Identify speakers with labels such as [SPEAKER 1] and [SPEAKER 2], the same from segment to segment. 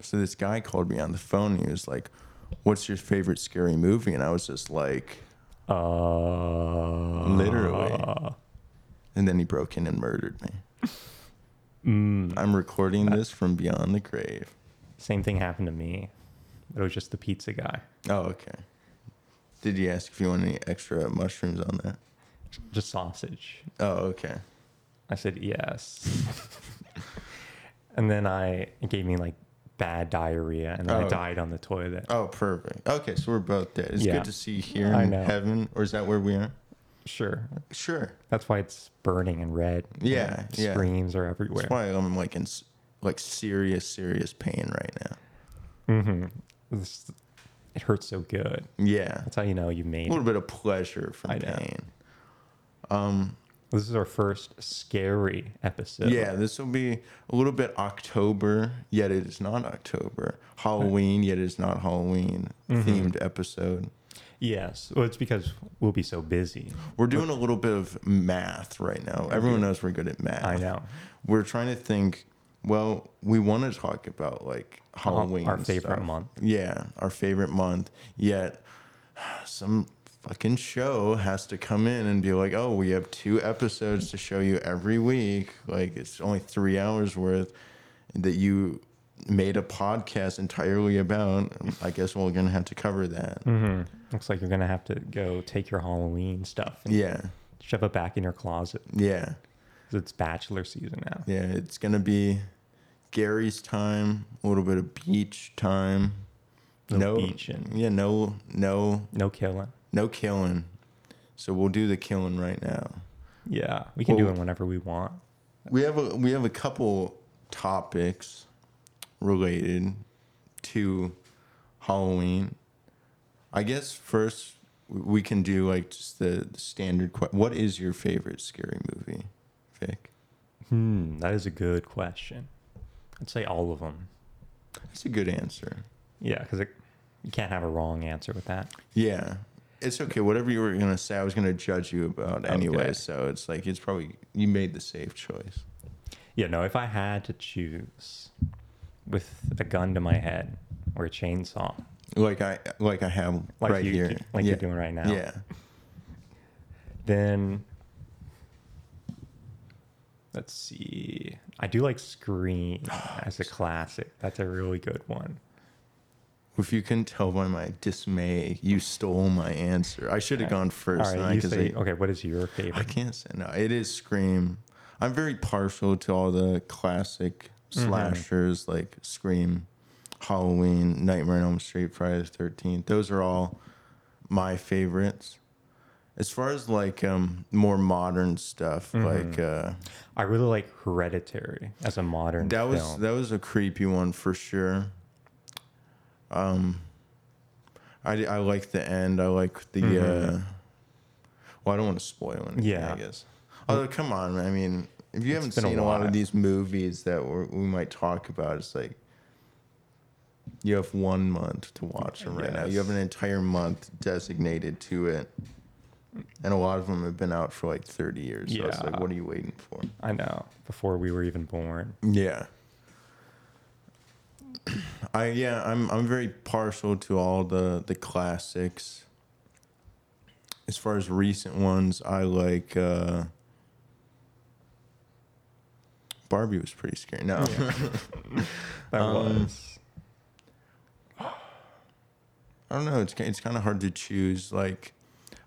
[SPEAKER 1] So this guy called me on the phone. And he was like, "What's your favorite scary movie?" And I was just like,
[SPEAKER 2] Uh,
[SPEAKER 1] literally. and then he broke in and murdered me. I'm recording this from beyond the grave.
[SPEAKER 2] Mm. Same thing happened to me. It was just the pizza guy.
[SPEAKER 1] Oh, okay. Did you ask if you want any extra mushrooms on that?
[SPEAKER 2] Just sausage.
[SPEAKER 1] Oh, okay.
[SPEAKER 2] I said yes. and then I it gave me like bad diarrhea and then
[SPEAKER 1] Oh.
[SPEAKER 2] I died on the toilet.
[SPEAKER 1] Oh, perfect. Okay, so we're both dead. It's
[SPEAKER 2] Yeah.
[SPEAKER 1] good to see you here
[SPEAKER 2] I
[SPEAKER 1] in
[SPEAKER 2] know.
[SPEAKER 1] heaven, or is that where we are?
[SPEAKER 2] Sure.
[SPEAKER 1] Sure.
[SPEAKER 2] That's why it's burning and red.
[SPEAKER 1] Yeah,
[SPEAKER 2] And
[SPEAKER 1] yeah.
[SPEAKER 2] Screams are everywhere.
[SPEAKER 1] That's why I'm like in s- like serious, serious pain right now.
[SPEAKER 2] hmm it hurts so good.
[SPEAKER 1] Yeah,
[SPEAKER 2] That's how you know you made
[SPEAKER 1] a
[SPEAKER 2] it.
[SPEAKER 1] little bit of pleasure from
[SPEAKER 2] I know.
[SPEAKER 1] pain. Um,
[SPEAKER 2] This is our first scary episode.
[SPEAKER 1] yeah, this will be a little bit October, yet it is not October. Halloween, yet it is not Halloween
[SPEAKER 2] Mm-hmm.
[SPEAKER 1] themed episode.
[SPEAKER 2] Yes. Well, it's because we'll be so busy.
[SPEAKER 1] We're doing a little bit of math right now. Everyone knows we're good at math.
[SPEAKER 2] I know.
[SPEAKER 1] We're trying to think. Well, we want to talk about like Halloween,
[SPEAKER 2] Uh-huh. Our favorite
[SPEAKER 1] stuff.
[SPEAKER 2] month.
[SPEAKER 1] Yeah, our favorite month. Yet, some fucking show has to come in and be like, "Oh, we have two episodes to show you every week. Like it's only three hours worth that you made a podcast entirely about." I guess we're gonna have to cover that.
[SPEAKER 2] Looks like you're gonna have to go take your Halloween stuff and
[SPEAKER 1] Yeah,
[SPEAKER 2] shove it back in your closet.
[SPEAKER 1] yeah,
[SPEAKER 2] 'Cause It's bachelor season now.
[SPEAKER 1] yeah. It's gonna be Gary's time, a little bit of beach time.
[SPEAKER 2] No beach and-
[SPEAKER 1] yeah, no, no,
[SPEAKER 2] No killing.
[SPEAKER 1] no killing. So we'll do the killing right now.
[SPEAKER 2] Yeah, we can do
[SPEAKER 1] Well-
[SPEAKER 2] it whenever we want.
[SPEAKER 1] We have a we have a couple topics related to Halloween. I guess first we can do like just the, the standard. Que- what is your favorite scary movie, Vic?
[SPEAKER 2] Hmm, that is a good question. I'd say all of them.
[SPEAKER 1] That's a good answer.
[SPEAKER 2] Yeah, because you can't have a wrong answer with that.
[SPEAKER 1] Yeah, it's okay. Whatever you were gonna say, I was gonna judge you about anyway.
[SPEAKER 2] Okay.
[SPEAKER 1] So it's like it's probably you made the safe choice.
[SPEAKER 2] Yeah, no, if I had to choose with a gun to my head or a chainsaw,
[SPEAKER 1] Like I like I have
[SPEAKER 2] like,
[SPEAKER 1] right
[SPEAKER 2] you,
[SPEAKER 1] here,
[SPEAKER 2] like
[SPEAKER 1] yeah.
[SPEAKER 2] you're doing right now,
[SPEAKER 1] Yeah.
[SPEAKER 2] then let's see. I do like Scream as a classic. That's a really good one.
[SPEAKER 1] If you can tell by my dismay, you stole my answer. I should have gone
[SPEAKER 2] All
[SPEAKER 1] first.
[SPEAKER 2] right, you
[SPEAKER 1] because
[SPEAKER 2] say,
[SPEAKER 1] I,
[SPEAKER 2] okay, what is your
[SPEAKER 1] I
[SPEAKER 2] favorite?
[SPEAKER 1] can't say no. It is Scream. I'm very partial to all the classic
[SPEAKER 2] Mm-hmm.
[SPEAKER 1] slashers like Scream, Halloween, Nightmare on Elm Street, Friday the 13th. Those are all my favorites. As far as like um, more modern stuff,
[SPEAKER 2] Mm-hmm.
[SPEAKER 1] like uh,
[SPEAKER 2] I really like Hereditary as a modern
[SPEAKER 1] that was
[SPEAKER 2] film.
[SPEAKER 1] that was a creepy one for sure. Um, I I like the end. I like the. Uh, well, I don't want to spoil anything.
[SPEAKER 2] Mm-hmm. Yeah.
[SPEAKER 1] I guess. Although, come on, I mean, if you haven't
[SPEAKER 2] been a
[SPEAKER 1] seen a, lot
[SPEAKER 2] while.
[SPEAKER 1] of these movies that we're, we might talk about, it's like you have one month to watch them right now. You have an entire month designated to it. And a lot of them have been out for like 30 years. So it's like,
[SPEAKER 2] Yeah.
[SPEAKER 1] what are you waiting for?
[SPEAKER 2] I know before we were even born.
[SPEAKER 1] Yeah. I yeah, I'm I'm very partial to all the the classics. As far as recent ones, I like uh Barbie was pretty scary. No.
[SPEAKER 2] That
[SPEAKER 1] Um,
[SPEAKER 2] was
[SPEAKER 1] I don't know, it's ki- it's kind of hard to choose like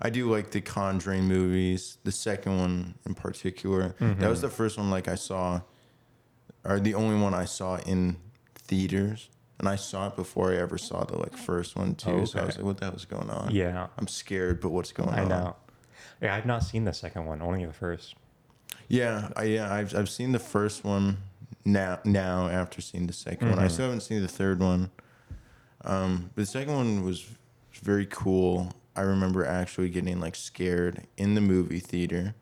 [SPEAKER 1] I do like the Conjuring movies, the second one in particular. That
[SPEAKER 2] Mm-hmm.
[SPEAKER 1] was the first one like I saw or the only one I saw in theaters. And I saw it before I ever saw the like first one too. So I was
[SPEAKER 2] Okay.
[SPEAKER 1] like, what the hell's going on?
[SPEAKER 2] yeah.
[SPEAKER 1] I'm scared, but what's going
[SPEAKER 2] I
[SPEAKER 1] on?
[SPEAKER 2] know. Yeah, I've not seen the second one, only the first.
[SPEAKER 1] Yeah, I, yeah, I've I've seen the first one now now after seeing the 2nd one. I
[SPEAKER 2] Mm-hmm.
[SPEAKER 1] still haven't seen the third one. Um, but the second one was very cool. I remember actually getting like scared in the movie theater,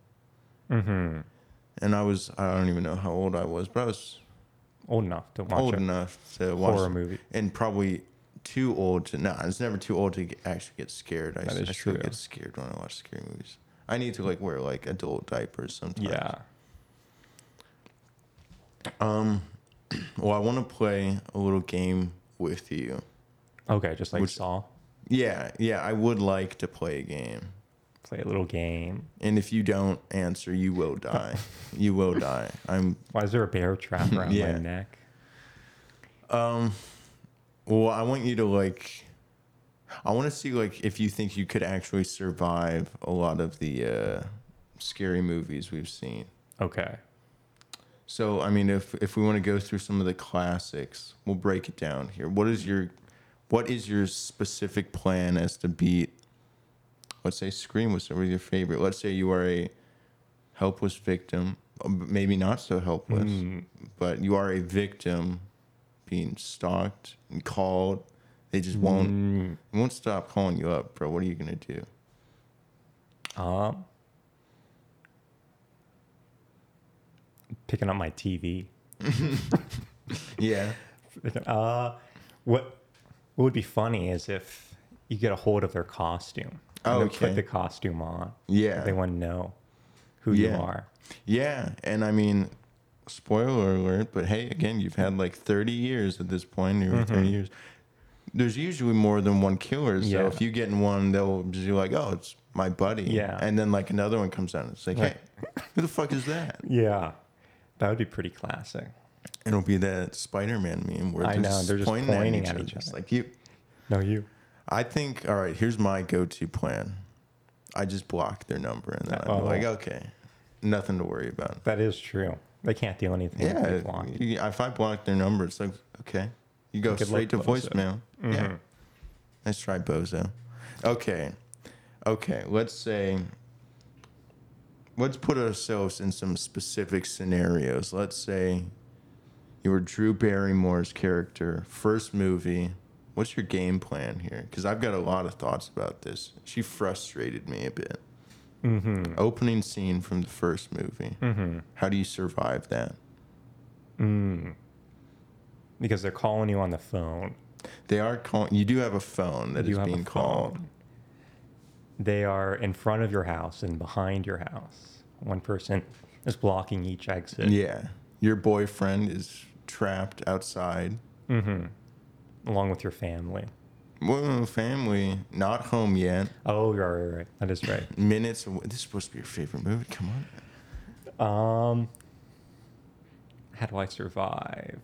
[SPEAKER 2] Mm-hmm.
[SPEAKER 1] and I was I don't even know how old I was, but I was
[SPEAKER 2] Old enough to watch
[SPEAKER 1] old
[SPEAKER 2] a
[SPEAKER 1] enough to watch
[SPEAKER 2] horror movie.
[SPEAKER 1] and probably too old to no. it's never too old to get, actually get scared. I,
[SPEAKER 2] That
[SPEAKER 1] s-
[SPEAKER 2] is
[SPEAKER 1] I still
[SPEAKER 2] true.
[SPEAKER 1] get scared when I watch scary movies. I need to like wear like adult diapers sometimes.
[SPEAKER 2] Yeah.
[SPEAKER 1] Um, well, I want to play a little game with you.
[SPEAKER 2] Okay, just like
[SPEAKER 1] Which-
[SPEAKER 2] Saw,
[SPEAKER 1] Yeah, yeah, I would like to play a game.
[SPEAKER 2] play a little game.
[SPEAKER 1] And if you don't answer, you will die. you will die. I'm
[SPEAKER 2] Why is there a bear trap around
[SPEAKER 1] Yeah.
[SPEAKER 2] my neck?
[SPEAKER 1] well, I want you to like I want to see like if you think you could actually survive a lot of the uh scary movies we've seen.
[SPEAKER 2] Okay,
[SPEAKER 1] So, I mean, if if we want to go through some of the classics, we'll break it down here. What is your what is your specific plan as to beat let's say Scream was was your favorite. Let's say you are a helpless victim, uh, maybe not so helpless, but you are a victim being stalked and called. They just won't they won't stop calling you up, bro. What are you going to do?
[SPEAKER 2] um, picking up my TV.
[SPEAKER 1] Yeah.
[SPEAKER 2] Uh, what what would be funny is if you get a hold of their costume.
[SPEAKER 1] Oh,
[SPEAKER 2] and they'll
[SPEAKER 1] okay.
[SPEAKER 2] Put the costume on.
[SPEAKER 1] Yeah.
[SPEAKER 2] They want to know who you
[SPEAKER 1] Yeah.
[SPEAKER 2] are.
[SPEAKER 1] Yeah, and I mean, spoiler alert, but hey, again, you've had like 30 years at this point, you're 30 years. There's usually more than one killer, so
[SPEAKER 2] Mm-hmm. Yeah.
[SPEAKER 1] if you get in one, they'll just be like, "Oh, it's my buddy."
[SPEAKER 2] Yeah.
[SPEAKER 1] and then like another one comes out, and it's like,
[SPEAKER 2] Right.
[SPEAKER 1] "Hey, who the fuck is that?"
[SPEAKER 2] Yeah, that would be pretty classic.
[SPEAKER 1] It'll be that Spider-Man meme where
[SPEAKER 2] I know, they're just pointing at each
[SPEAKER 1] It's
[SPEAKER 2] other.
[SPEAKER 1] like you.
[SPEAKER 2] No, you.
[SPEAKER 1] I think. All right, here's my go-to plan. I just block their number, and then I'm
[SPEAKER 2] Oh.
[SPEAKER 1] like, "Okay, nothing to worry about."
[SPEAKER 2] That is true. They can't do anything. if they
[SPEAKER 1] Yeah,
[SPEAKER 2] block you.
[SPEAKER 1] you- if I block their number, it's like okay, you go
[SPEAKER 2] Good
[SPEAKER 1] straight to
[SPEAKER 2] luck, Bozo. Mm-hmm.
[SPEAKER 1] voicemail. Yeah, let's try Bozo. Okay, okay. Let's say, let's put ourselves in some specific scenarios. Let's say you were Drew Barrymore's character, first movie. What's your game plan here? Because I've got a lot of thoughts about this. She frustrated me a bit. Mm-hmm. Opening scene from the first movie. Mm-hmm. How do you survive that?
[SPEAKER 2] because they're calling you on the phone.
[SPEAKER 1] They are calling. You do have a phone that
[SPEAKER 2] You
[SPEAKER 1] is
[SPEAKER 2] have a
[SPEAKER 1] being called.
[SPEAKER 2] phone. They are in front of your house and behind your house. One person is blocking each exit.
[SPEAKER 1] Yeah, your boyfriend is trapped outside.
[SPEAKER 2] Mm-hmm. along with your family.
[SPEAKER 1] Whoa, family, not home yet.
[SPEAKER 2] Oh, right, right, right. That is right.
[SPEAKER 1] Minutes. Away. This is supposed to be your favorite movie. Come on.
[SPEAKER 2] Um, how do I survive?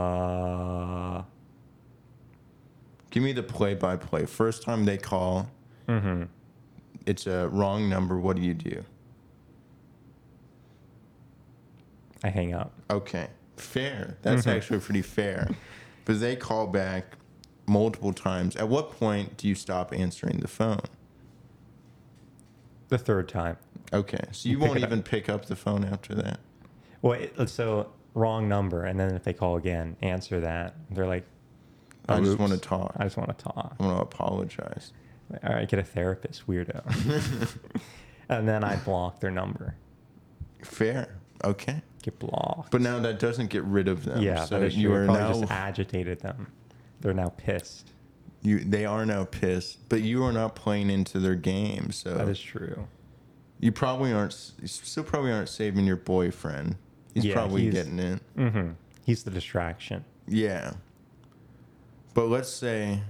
[SPEAKER 2] Uh,
[SPEAKER 1] Give me the play-by-play. First time they call,
[SPEAKER 2] mhm.
[SPEAKER 1] it's a wrong number. What do you do?
[SPEAKER 2] I hang up.
[SPEAKER 1] Okay, fair. That's
[SPEAKER 2] Mm-hmm.
[SPEAKER 1] actually pretty fair. But they call back multiple times. At what point do you stop answering the phone?
[SPEAKER 2] The third time.
[SPEAKER 1] Okay, so you
[SPEAKER 2] Pick
[SPEAKER 1] won't
[SPEAKER 2] it up.
[SPEAKER 1] even pick up the phone after that.
[SPEAKER 2] Well, it, uh, so wrong number, and then if they call again, answer that. They're like,
[SPEAKER 1] I
[SPEAKER 2] "Oh,
[SPEAKER 1] just
[SPEAKER 2] oops.
[SPEAKER 1] want to talk.
[SPEAKER 2] I just want to talk.
[SPEAKER 1] I want to apologize.
[SPEAKER 2] All right, get a therapist, weirdo. and then I block their number.
[SPEAKER 1] Fair. Okay.
[SPEAKER 2] Get blocked.
[SPEAKER 1] But now that doesn't get rid of them.
[SPEAKER 2] yeah,
[SPEAKER 1] So
[SPEAKER 2] that is
[SPEAKER 1] you
[SPEAKER 2] true. It
[SPEAKER 1] are
[SPEAKER 2] probably
[SPEAKER 1] now
[SPEAKER 2] just agitated them. They're now pissed.
[SPEAKER 1] you they are now pissed, but you are not playing into their game.
[SPEAKER 2] That
[SPEAKER 1] So
[SPEAKER 2] is true.
[SPEAKER 1] you probably aren't s- you still probably aren't saving your boyfriend. He's
[SPEAKER 2] Yeah,
[SPEAKER 1] probably
[SPEAKER 2] he's-
[SPEAKER 1] getting in.
[SPEAKER 2] hmm He's the distraction.
[SPEAKER 1] Yeah. But let's say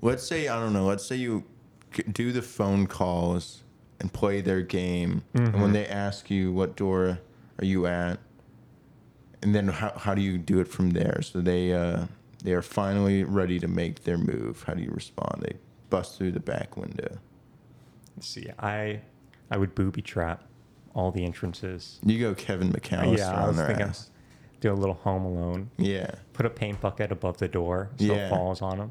[SPEAKER 1] let's say I don't know, let's say you c- do the phone calls and play their game and
[SPEAKER 2] Mm-hmm.
[SPEAKER 1] when they ask you what door are you at and then how, how do you do it from there? So they uh, they are finally ready to make their move. How do you respond? They bust through the back window.
[SPEAKER 2] Let's see, I I would booby trap all the entrances.
[SPEAKER 1] You go Kevin McAllister
[SPEAKER 2] yeah, I
[SPEAKER 1] on
[SPEAKER 2] was
[SPEAKER 1] their
[SPEAKER 2] thinking
[SPEAKER 1] ass.
[SPEAKER 2] do a little home alone.
[SPEAKER 1] Yeah.
[SPEAKER 2] Put a paint bucket above the door so
[SPEAKER 1] Yeah.
[SPEAKER 2] it falls on him.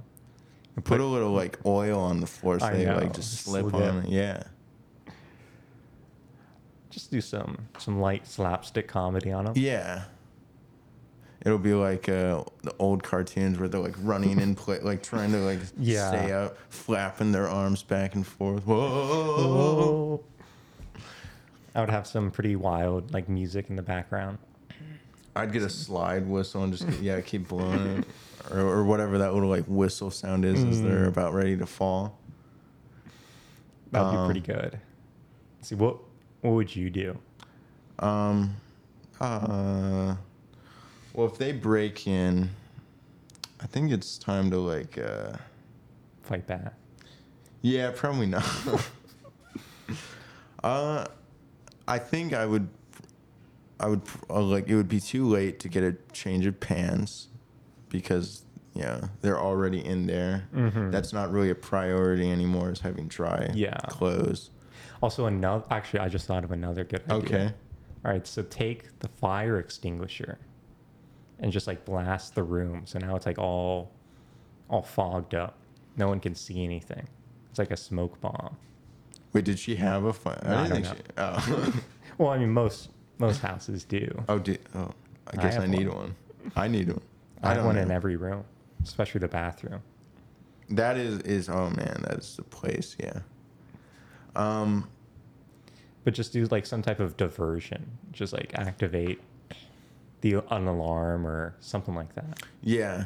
[SPEAKER 1] Put a little like oil on the floor so
[SPEAKER 2] I
[SPEAKER 1] they
[SPEAKER 2] know,
[SPEAKER 1] like just slip,
[SPEAKER 2] slip.
[SPEAKER 1] on it. Yeah.
[SPEAKER 2] Just do some some light slapstick comedy on him.
[SPEAKER 1] Yeah. It'll be like uh, the old cartoons where they're like running in play, like trying to like
[SPEAKER 2] Yeah.
[SPEAKER 1] stay up, flapping their arms back and forth. Whoa.
[SPEAKER 2] Oh. I would have some pretty wild like music in the background.
[SPEAKER 1] I'd get a slide whistle and just yeah, keep blowing it, or, or whatever that little like whistle sound is as they're about ready to fall.
[SPEAKER 2] That would
[SPEAKER 1] Um,
[SPEAKER 2] be pretty good. Let's see what what would you do?
[SPEAKER 1] Um, uh, well, if they break in, I think it's time to like. Uh,
[SPEAKER 2] Fight back.
[SPEAKER 1] yeah, probably not. uh, I think I would. I would uh, like it would be too late to get a change of pants because yeah they're already in there.
[SPEAKER 2] Mhm.
[SPEAKER 1] That's not really a priority anymore. Is having dry
[SPEAKER 2] Yeah.
[SPEAKER 1] clothes.
[SPEAKER 2] Also, another. Actually, I just thought of another good idea.
[SPEAKER 1] Okay.
[SPEAKER 2] All right. So take the fire extinguisher, and just like blast the room. So now it's like all, all fogged up. No one can see anything. It's like a smoke bomb.
[SPEAKER 1] Wait, did she have a fire?
[SPEAKER 2] No, I
[SPEAKER 1] didn't
[SPEAKER 2] don't
[SPEAKER 1] think she.
[SPEAKER 2] Well, I mean, most most houses do.
[SPEAKER 1] Oh, oh, did, oh I
[SPEAKER 2] I
[SPEAKER 1] guess I,
[SPEAKER 2] have
[SPEAKER 1] need one.
[SPEAKER 2] one.
[SPEAKER 1] I need one.
[SPEAKER 2] I, have
[SPEAKER 1] don't
[SPEAKER 2] one
[SPEAKER 1] know.
[SPEAKER 2] in every room, especially the bathroom.
[SPEAKER 1] That is is oh man, that is the place. Yeah. Um.
[SPEAKER 2] But just do like some type of diversion. Just like activate the an alarm or something like that.
[SPEAKER 1] Yeah.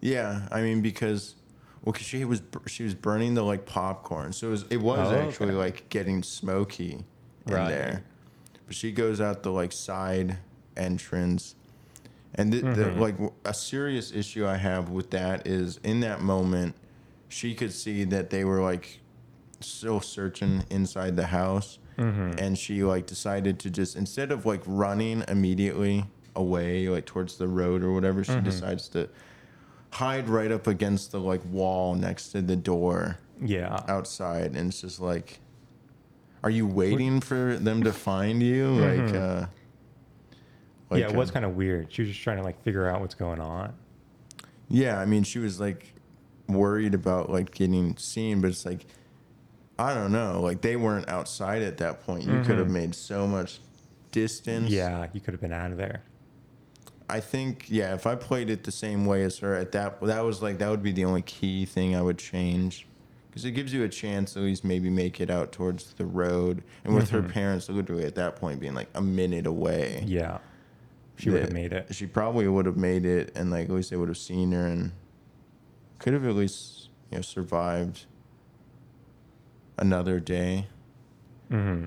[SPEAKER 1] Yeah. I mean, because well, 'cause she was bur- she was burning the like popcorn, so it was it was
[SPEAKER 2] Oh,
[SPEAKER 1] actually
[SPEAKER 2] okay.
[SPEAKER 1] like getting smoky in
[SPEAKER 2] Right.
[SPEAKER 1] there. But she goes out the like side entrance, and th- the,
[SPEAKER 2] Mhm.
[SPEAKER 1] like w- a serious issue I have with that is in that moment, she could see that they were like still searching inside the house and she like decided to just instead of like running immediately away like towards the road or whatever she decides to hide right up against the like wall next to the door
[SPEAKER 2] Yeah.
[SPEAKER 1] outside and it's just like are you waiting for them to find you like uh like,
[SPEAKER 2] yeah, it was
[SPEAKER 1] uh,
[SPEAKER 2] kind of weird. She was just trying to like figure out what's going on.
[SPEAKER 1] Yeah, I mean, she was like worried about like getting seen, but it's like I don't know, like they weren't outside at that point. You could have made so much distance.
[SPEAKER 2] Yeah, you could have been out of there.
[SPEAKER 1] I think yeah, if I played it the same way as her at that that was like that would be the only key thing I would change. Because it gives you a chance to at least maybe make it out towards the road. And with her parents literally at that point being like a minute away.
[SPEAKER 2] Yeah. She would have
[SPEAKER 1] that
[SPEAKER 2] made it.
[SPEAKER 1] She probably would have made it, and like at least they would have seen her and could have at least you know survived another day.
[SPEAKER 2] hmm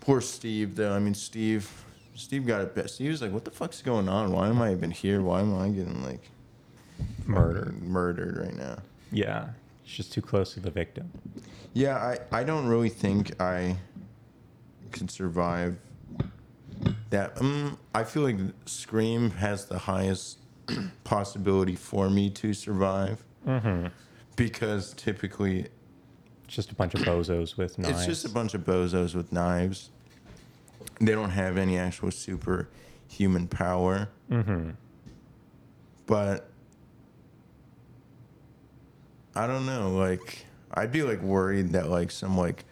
[SPEAKER 1] Poor Steve, though. I mean, Steve, Steve got it best. He was like, "What the fuck's going on? Why am I even here? Why am I getting like
[SPEAKER 2] Murder.
[SPEAKER 1] murdered right now?"
[SPEAKER 2] Yeah. She's just too close to the victim.
[SPEAKER 1] Yeah, I I don't really think I could survive that. Um, I feel like Scream has the highest possibility for me to survive.
[SPEAKER 2] Mm-hmm.
[SPEAKER 1] because typically
[SPEAKER 2] Just a bunch of bozos with knives.
[SPEAKER 1] it's just a bunch of bozos with knives. They don't have any actual superhuman power,
[SPEAKER 2] hmm
[SPEAKER 1] but I don't know. Like, I'd be like worried that like some like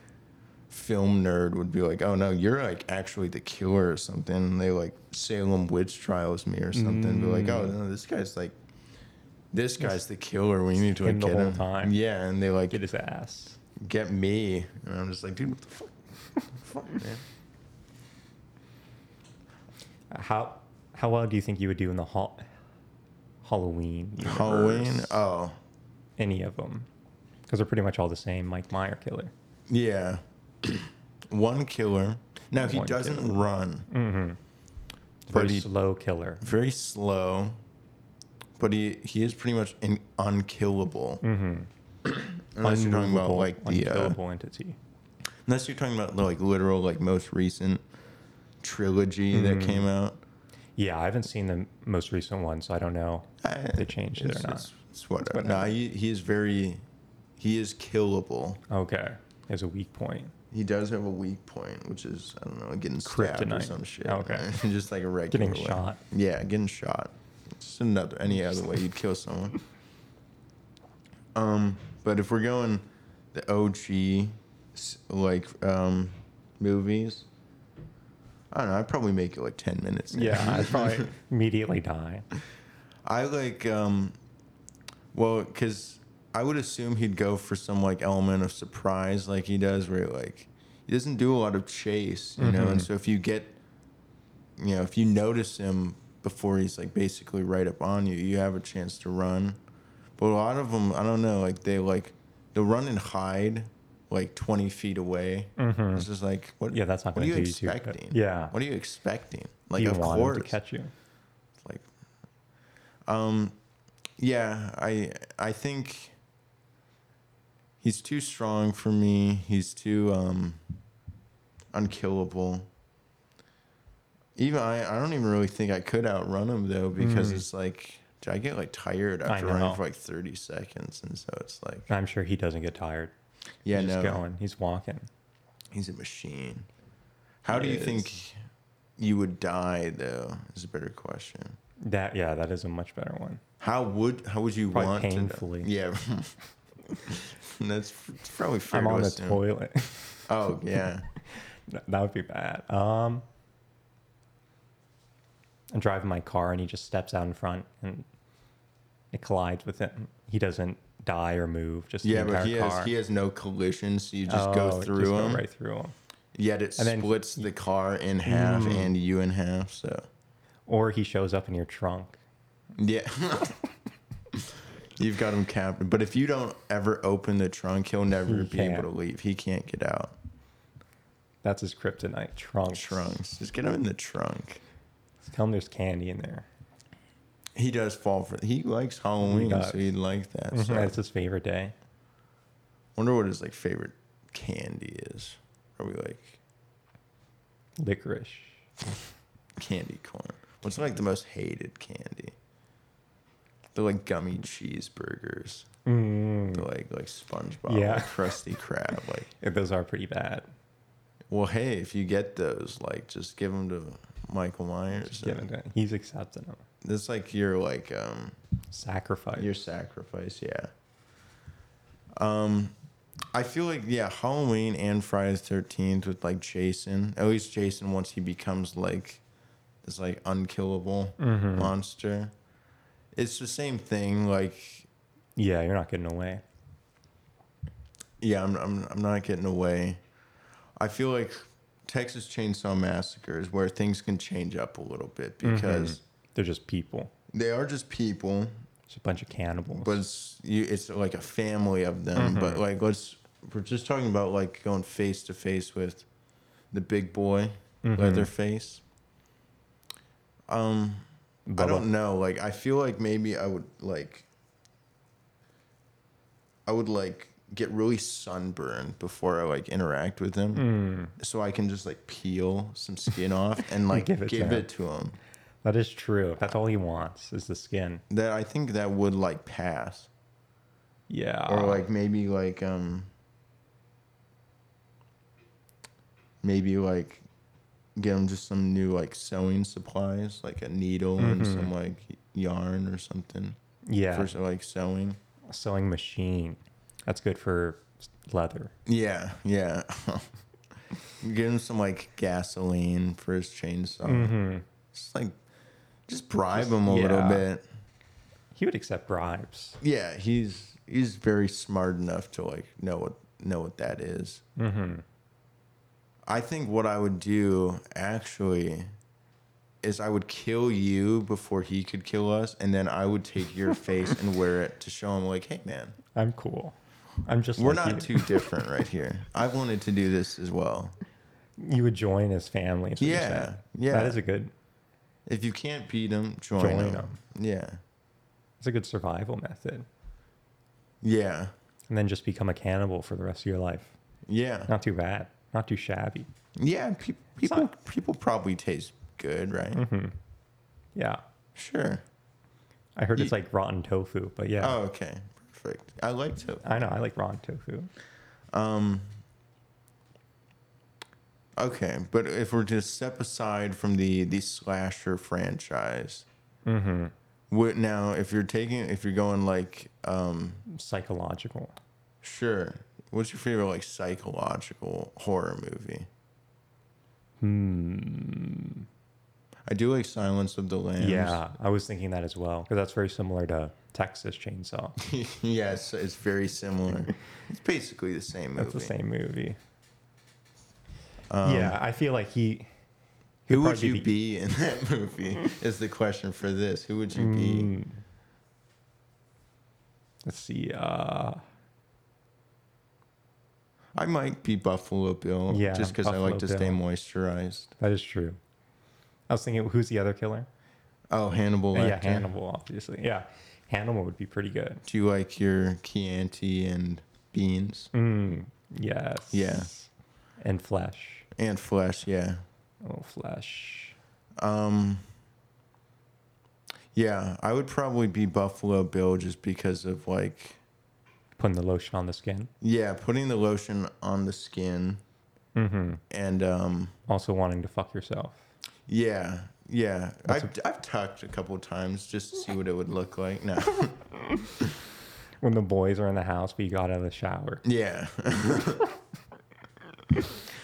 [SPEAKER 1] film nerd would be like, "Oh no, you're like actually the killer or something." And they like Salem witch trials me or something. Be like,
[SPEAKER 2] Mm.
[SPEAKER 1] "Oh no, this guy's like." This guy's the killer. We need to like,
[SPEAKER 2] Him the
[SPEAKER 1] get
[SPEAKER 2] whole
[SPEAKER 1] him.
[SPEAKER 2] time.
[SPEAKER 1] Yeah, and they like
[SPEAKER 2] Get his ass.
[SPEAKER 1] get me. And I'm just like, dude, what the fuck? fuck, man.
[SPEAKER 2] How how well do you think you would do in the ha- Halloween? universe?
[SPEAKER 1] Halloween? Oh,
[SPEAKER 2] Any of them? Because they're pretty much all the same. Mike Meyer killer.
[SPEAKER 1] yeah. One killer. Now, he
[SPEAKER 2] One
[SPEAKER 1] doesn't
[SPEAKER 2] killer.
[SPEAKER 1] run.
[SPEAKER 2] Mm-hmm.
[SPEAKER 1] But
[SPEAKER 2] Very
[SPEAKER 1] he-
[SPEAKER 2] slow killer.
[SPEAKER 1] Very slow. But he, he is pretty much in, unkillable.
[SPEAKER 2] Mm-hmm.
[SPEAKER 1] Unless you're talking about like the uh,
[SPEAKER 2] unkillable entity.
[SPEAKER 1] unless you're talking about the like literal like most recent trilogy that
[SPEAKER 2] Mm-hmm.
[SPEAKER 1] came out.
[SPEAKER 2] Yeah, I haven't seen the most recent one, so I don't know.
[SPEAKER 1] I-
[SPEAKER 2] They changed it or
[SPEAKER 1] it's-
[SPEAKER 2] not.
[SPEAKER 1] It's, it's whatever.
[SPEAKER 2] whatever.
[SPEAKER 1] Nah, he, he is very he is killable.
[SPEAKER 2] Okay, there's a weak point.
[SPEAKER 1] He does have a weak point, which is I don't know, getting stabbed or
[SPEAKER 2] Kryptonite.
[SPEAKER 1] some shit.
[SPEAKER 2] Oh, okay.
[SPEAKER 1] just like a regular
[SPEAKER 2] Getting
[SPEAKER 1] way.
[SPEAKER 2] shot.
[SPEAKER 1] Yeah, getting shot. Just another any other way you'd kill someone. Um, but if we're going the OG s- like um movies, I don't know. I'd probably make it like ten minutes.
[SPEAKER 2] Yeah, I'd probably immediately die.
[SPEAKER 1] I like um well cuz I would assume he'd go for some like element of surprise like he does where like he doesn't do a lot of chase, you know,
[SPEAKER 2] Mm-hmm.
[SPEAKER 1] and so if you get you know, if you notice him before he's like basically right up on you, you have a chance to run. But a lot of them, I don't know, like they like they'll run and hide like 20 feet away.
[SPEAKER 2] Mhm.
[SPEAKER 1] It's just like, what,
[SPEAKER 2] Yeah, that's not
[SPEAKER 1] what are
[SPEAKER 2] gonna
[SPEAKER 1] you
[SPEAKER 2] do you too good.
[SPEAKER 1] expecting?
[SPEAKER 2] Yeah.
[SPEAKER 1] What are you expecting? Like,
[SPEAKER 2] you
[SPEAKER 1] of
[SPEAKER 2] want
[SPEAKER 1] course.
[SPEAKER 2] him to catch you.
[SPEAKER 1] like um yeah i i think he's too strong for me he's too um unkillable even i i don't even really think i could outrun him though because
[SPEAKER 2] Mm.
[SPEAKER 1] it's like i get like tired
[SPEAKER 2] I
[SPEAKER 1] after
[SPEAKER 2] know.
[SPEAKER 1] running for like 30 seconds and so it's like
[SPEAKER 2] I'm sure he doesn't get tired.
[SPEAKER 1] yeah
[SPEAKER 2] he's
[SPEAKER 1] no
[SPEAKER 2] just going. He's walking.
[SPEAKER 1] he's a machine how do
[SPEAKER 2] He
[SPEAKER 1] you
[SPEAKER 2] is.
[SPEAKER 1] think you would die though is a better question
[SPEAKER 2] That yeah, that is a much better one.
[SPEAKER 1] How would how would you
[SPEAKER 2] Probably
[SPEAKER 1] want
[SPEAKER 2] painfully.
[SPEAKER 1] to? Yeah, that's probably fair
[SPEAKER 2] I'm
[SPEAKER 1] to
[SPEAKER 2] on the
[SPEAKER 1] assume.
[SPEAKER 2] toilet.
[SPEAKER 1] Oh yeah,
[SPEAKER 2] that that would be bad. Um, I'm driving my car and he just steps out in front and it collides with him. He doesn't die or move. Just
[SPEAKER 1] yeah,
[SPEAKER 2] the
[SPEAKER 1] but
[SPEAKER 2] entire
[SPEAKER 1] he
[SPEAKER 2] car.
[SPEAKER 1] has he has no collision, so you just
[SPEAKER 2] Oh,
[SPEAKER 1] go
[SPEAKER 2] just
[SPEAKER 1] through him.
[SPEAKER 2] right through him.
[SPEAKER 1] Yet it
[SPEAKER 2] And then-
[SPEAKER 1] splits the car in half
[SPEAKER 2] Mm.
[SPEAKER 1] and you in half. So
[SPEAKER 2] Or he shows up in your trunk.
[SPEAKER 1] yeah, you've got him captive. But if you don't ever open the trunk, he'll never
[SPEAKER 2] He
[SPEAKER 1] be
[SPEAKER 2] can't.
[SPEAKER 1] able to leave. He can't get out.
[SPEAKER 2] That's his kryptonite. Trunks.
[SPEAKER 1] Trunks, just get him in the trunk.
[SPEAKER 2] Tell him there's candy in there.
[SPEAKER 1] He does fall for. He likes Halloween,
[SPEAKER 2] does.
[SPEAKER 1] so he'd like that.
[SPEAKER 2] Mhm,
[SPEAKER 1] So
[SPEAKER 2] That's his favorite day.
[SPEAKER 1] Wonder what his like favorite candy is. Are we like
[SPEAKER 2] Licorice.
[SPEAKER 1] candy corn? What's like the most hated candy? They're like gummy cheeseburgers. They're
[SPEAKER 2] Mm.
[SPEAKER 1] like like SpongeBob,
[SPEAKER 2] Yeah.
[SPEAKER 1] like Krusty Krab. Like,
[SPEAKER 2] Yeah, Those are pretty bad.
[SPEAKER 1] well, hey, if you get those, like, just give them to Michael Myers.
[SPEAKER 2] Give it to him. He's accepting them.
[SPEAKER 1] That's like your like um
[SPEAKER 2] Sacrifice.
[SPEAKER 1] your sacrifice. Yeah. Um, I feel like yeah, Halloween and Friday the Thirteenth with like Jason. At least Jason once he becomes like this like unkillable
[SPEAKER 2] Mhm.
[SPEAKER 1] monster. It's the same thing. Like
[SPEAKER 2] Yeah, you're not getting away.
[SPEAKER 1] yeah, I'm I'm I'm not getting away. I feel like Texas Chainsaw Massacre is where things can change up a little bit because
[SPEAKER 2] They're just people.
[SPEAKER 1] they are just people.
[SPEAKER 2] It's a bunch of cannibals.
[SPEAKER 1] but it's, you, it's like a family of them.
[SPEAKER 2] Mm-hmm.
[SPEAKER 1] But like, let's we're just talking about like going face to face with the big boy,
[SPEAKER 2] Mm-hmm.
[SPEAKER 1] Leatherface. Um, I
[SPEAKER 2] Bubba.
[SPEAKER 1] don't know. Like, I feel like maybe I would like, I would like get really sunburned before I like interact with him, so I can just like peel some skin off and like
[SPEAKER 2] Mm. Give
[SPEAKER 1] give
[SPEAKER 2] it
[SPEAKER 1] it,
[SPEAKER 2] to him.
[SPEAKER 1] to him.
[SPEAKER 2] That is true. That's all he wants is the skin.
[SPEAKER 1] That I think that would like pass.
[SPEAKER 2] Yeah.
[SPEAKER 1] or like maybe like um maybe like get them just some new like sewing supplies like a needle and some like yarn or something
[SPEAKER 2] Mm-hmm. yeah,
[SPEAKER 1] for like sewing
[SPEAKER 2] a sewing machine. That's good for leather.
[SPEAKER 1] yeah yeah get him some like gasoline for his chainsaw just like just bribe him a little
[SPEAKER 2] Mm-hmm. yeah.
[SPEAKER 1] bit
[SPEAKER 2] He would accept bribes.
[SPEAKER 1] yeah he's he's very smart enough to like know what know what that is
[SPEAKER 2] Mm-hmm.
[SPEAKER 1] I think what I would do actually is I would kill you before he could kill us, and then I would take your face and wear it to show him, like, hey, man,
[SPEAKER 2] I'm cool. I'm just.
[SPEAKER 1] we're
[SPEAKER 2] like
[SPEAKER 1] not
[SPEAKER 2] you.
[SPEAKER 1] too different right here. I wanted to do this as well.
[SPEAKER 2] You would join his family. is what you're
[SPEAKER 1] Yeah,
[SPEAKER 2] saying.
[SPEAKER 1] yeah.
[SPEAKER 2] That is a good.
[SPEAKER 1] If you can't beat him, join,
[SPEAKER 2] Join
[SPEAKER 1] him.
[SPEAKER 2] him.
[SPEAKER 1] Yeah.
[SPEAKER 2] It's a good survival method.
[SPEAKER 1] Yeah.
[SPEAKER 2] And then just become a cannibal for the rest of your life.
[SPEAKER 1] Yeah.
[SPEAKER 2] Not too bad. Not too shabby.
[SPEAKER 1] Yeah. Pe- people, people probably taste good, right?
[SPEAKER 2] Mm-hmm. Yeah.
[SPEAKER 1] Sure.
[SPEAKER 2] I heard it's
[SPEAKER 1] Ye-
[SPEAKER 2] like rotten tofu, but yeah.
[SPEAKER 1] Oh, okay. Perfect. I like to.
[SPEAKER 2] I know. I like rotten tofu.
[SPEAKER 1] Um. Okay, but if we're to step aside from the the slasher franchise,
[SPEAKER 2] Mm-hmm.
[SPEAKER 1] what now? If you're taking, if you're going like, um,
[SPEAKER 2] Psychological.
[SPEAKER 1] sure. What's your favorite like psychological horror movie?
[SPEAKER 2] Hmm.
[SPEAKER 1] I do like Silence of the Lambs.
[SPEAKER 2] Yeah, I was thinking that as well because that's very similar to Texas Chainsaw.
[SPEAKER 1] yes, it's very similar. it's basically the same movie.
[SPEAKER 2] That's the same movie.
[SPEAKER 1] Um,
[SPEAKER 2] yeah, I feel like he.
[SPEAKER 1] Who would
[SPEAKER 2] probably
[SPEAKER 1] you
[SPEAKER 2] be
[SPEAKER 1] be,
[SPEAKER 2] the-
[SPEAKER 1] in that movie? is the question for this? Who would you be?
[SPEAKER 2] Mm. let's see. Uh,
[SPEAKER 1] I might be Buffalo Bill
[SPEAKER 2] Yeah,
[SPEAKER 1] just because I like
[SPEAKER 2] Buffalo
[SPEAKER 1] to
[SPEAKER 2] Bill.
[SPEAKER 1] stay moisturized.
[SPEAKER 2] That is true. I was thinking, who's the other killer?
[SPEAKER 1] Oh, Hannibal.
[SPEAKER 2] Uh, yeah,
[SPEAKER 1] Lecter.
[SPEAKER 2] Hannibal, obviously. Yeah, Hannibal would be pretty good.
[SPEAKER 1] Do you like your Chianti and beans
[SPEAKER 2] Mm, yes.
[SPEAKER 1] Yeah.
[SPEAKER 2] And flesh.
[SPEAKER 1] and flesh? Yeah.
[SPEAKER 2] Oh, flesh.
[SPEAKER 1] Um, yeah, I would probably be Buffalo Bill just because of like,
[SPEAKER 2] Putting the lotion on the skin.
[SPEAKER 1] yeah, putting the lotion on the skin
[SPEAKER 2] Mm-hmm.
[SPEAKER 1] and um,
[SPEAKER 2] Also wanting to fuck yourself.
[SPEAKER 1] yeah, yeah. I've, I've tucked a couple times just to see what it would look like. No,
[SPEAKER 2] When the boys are in the house, but you got out of the shower.
[SPEAKER 1] yeah.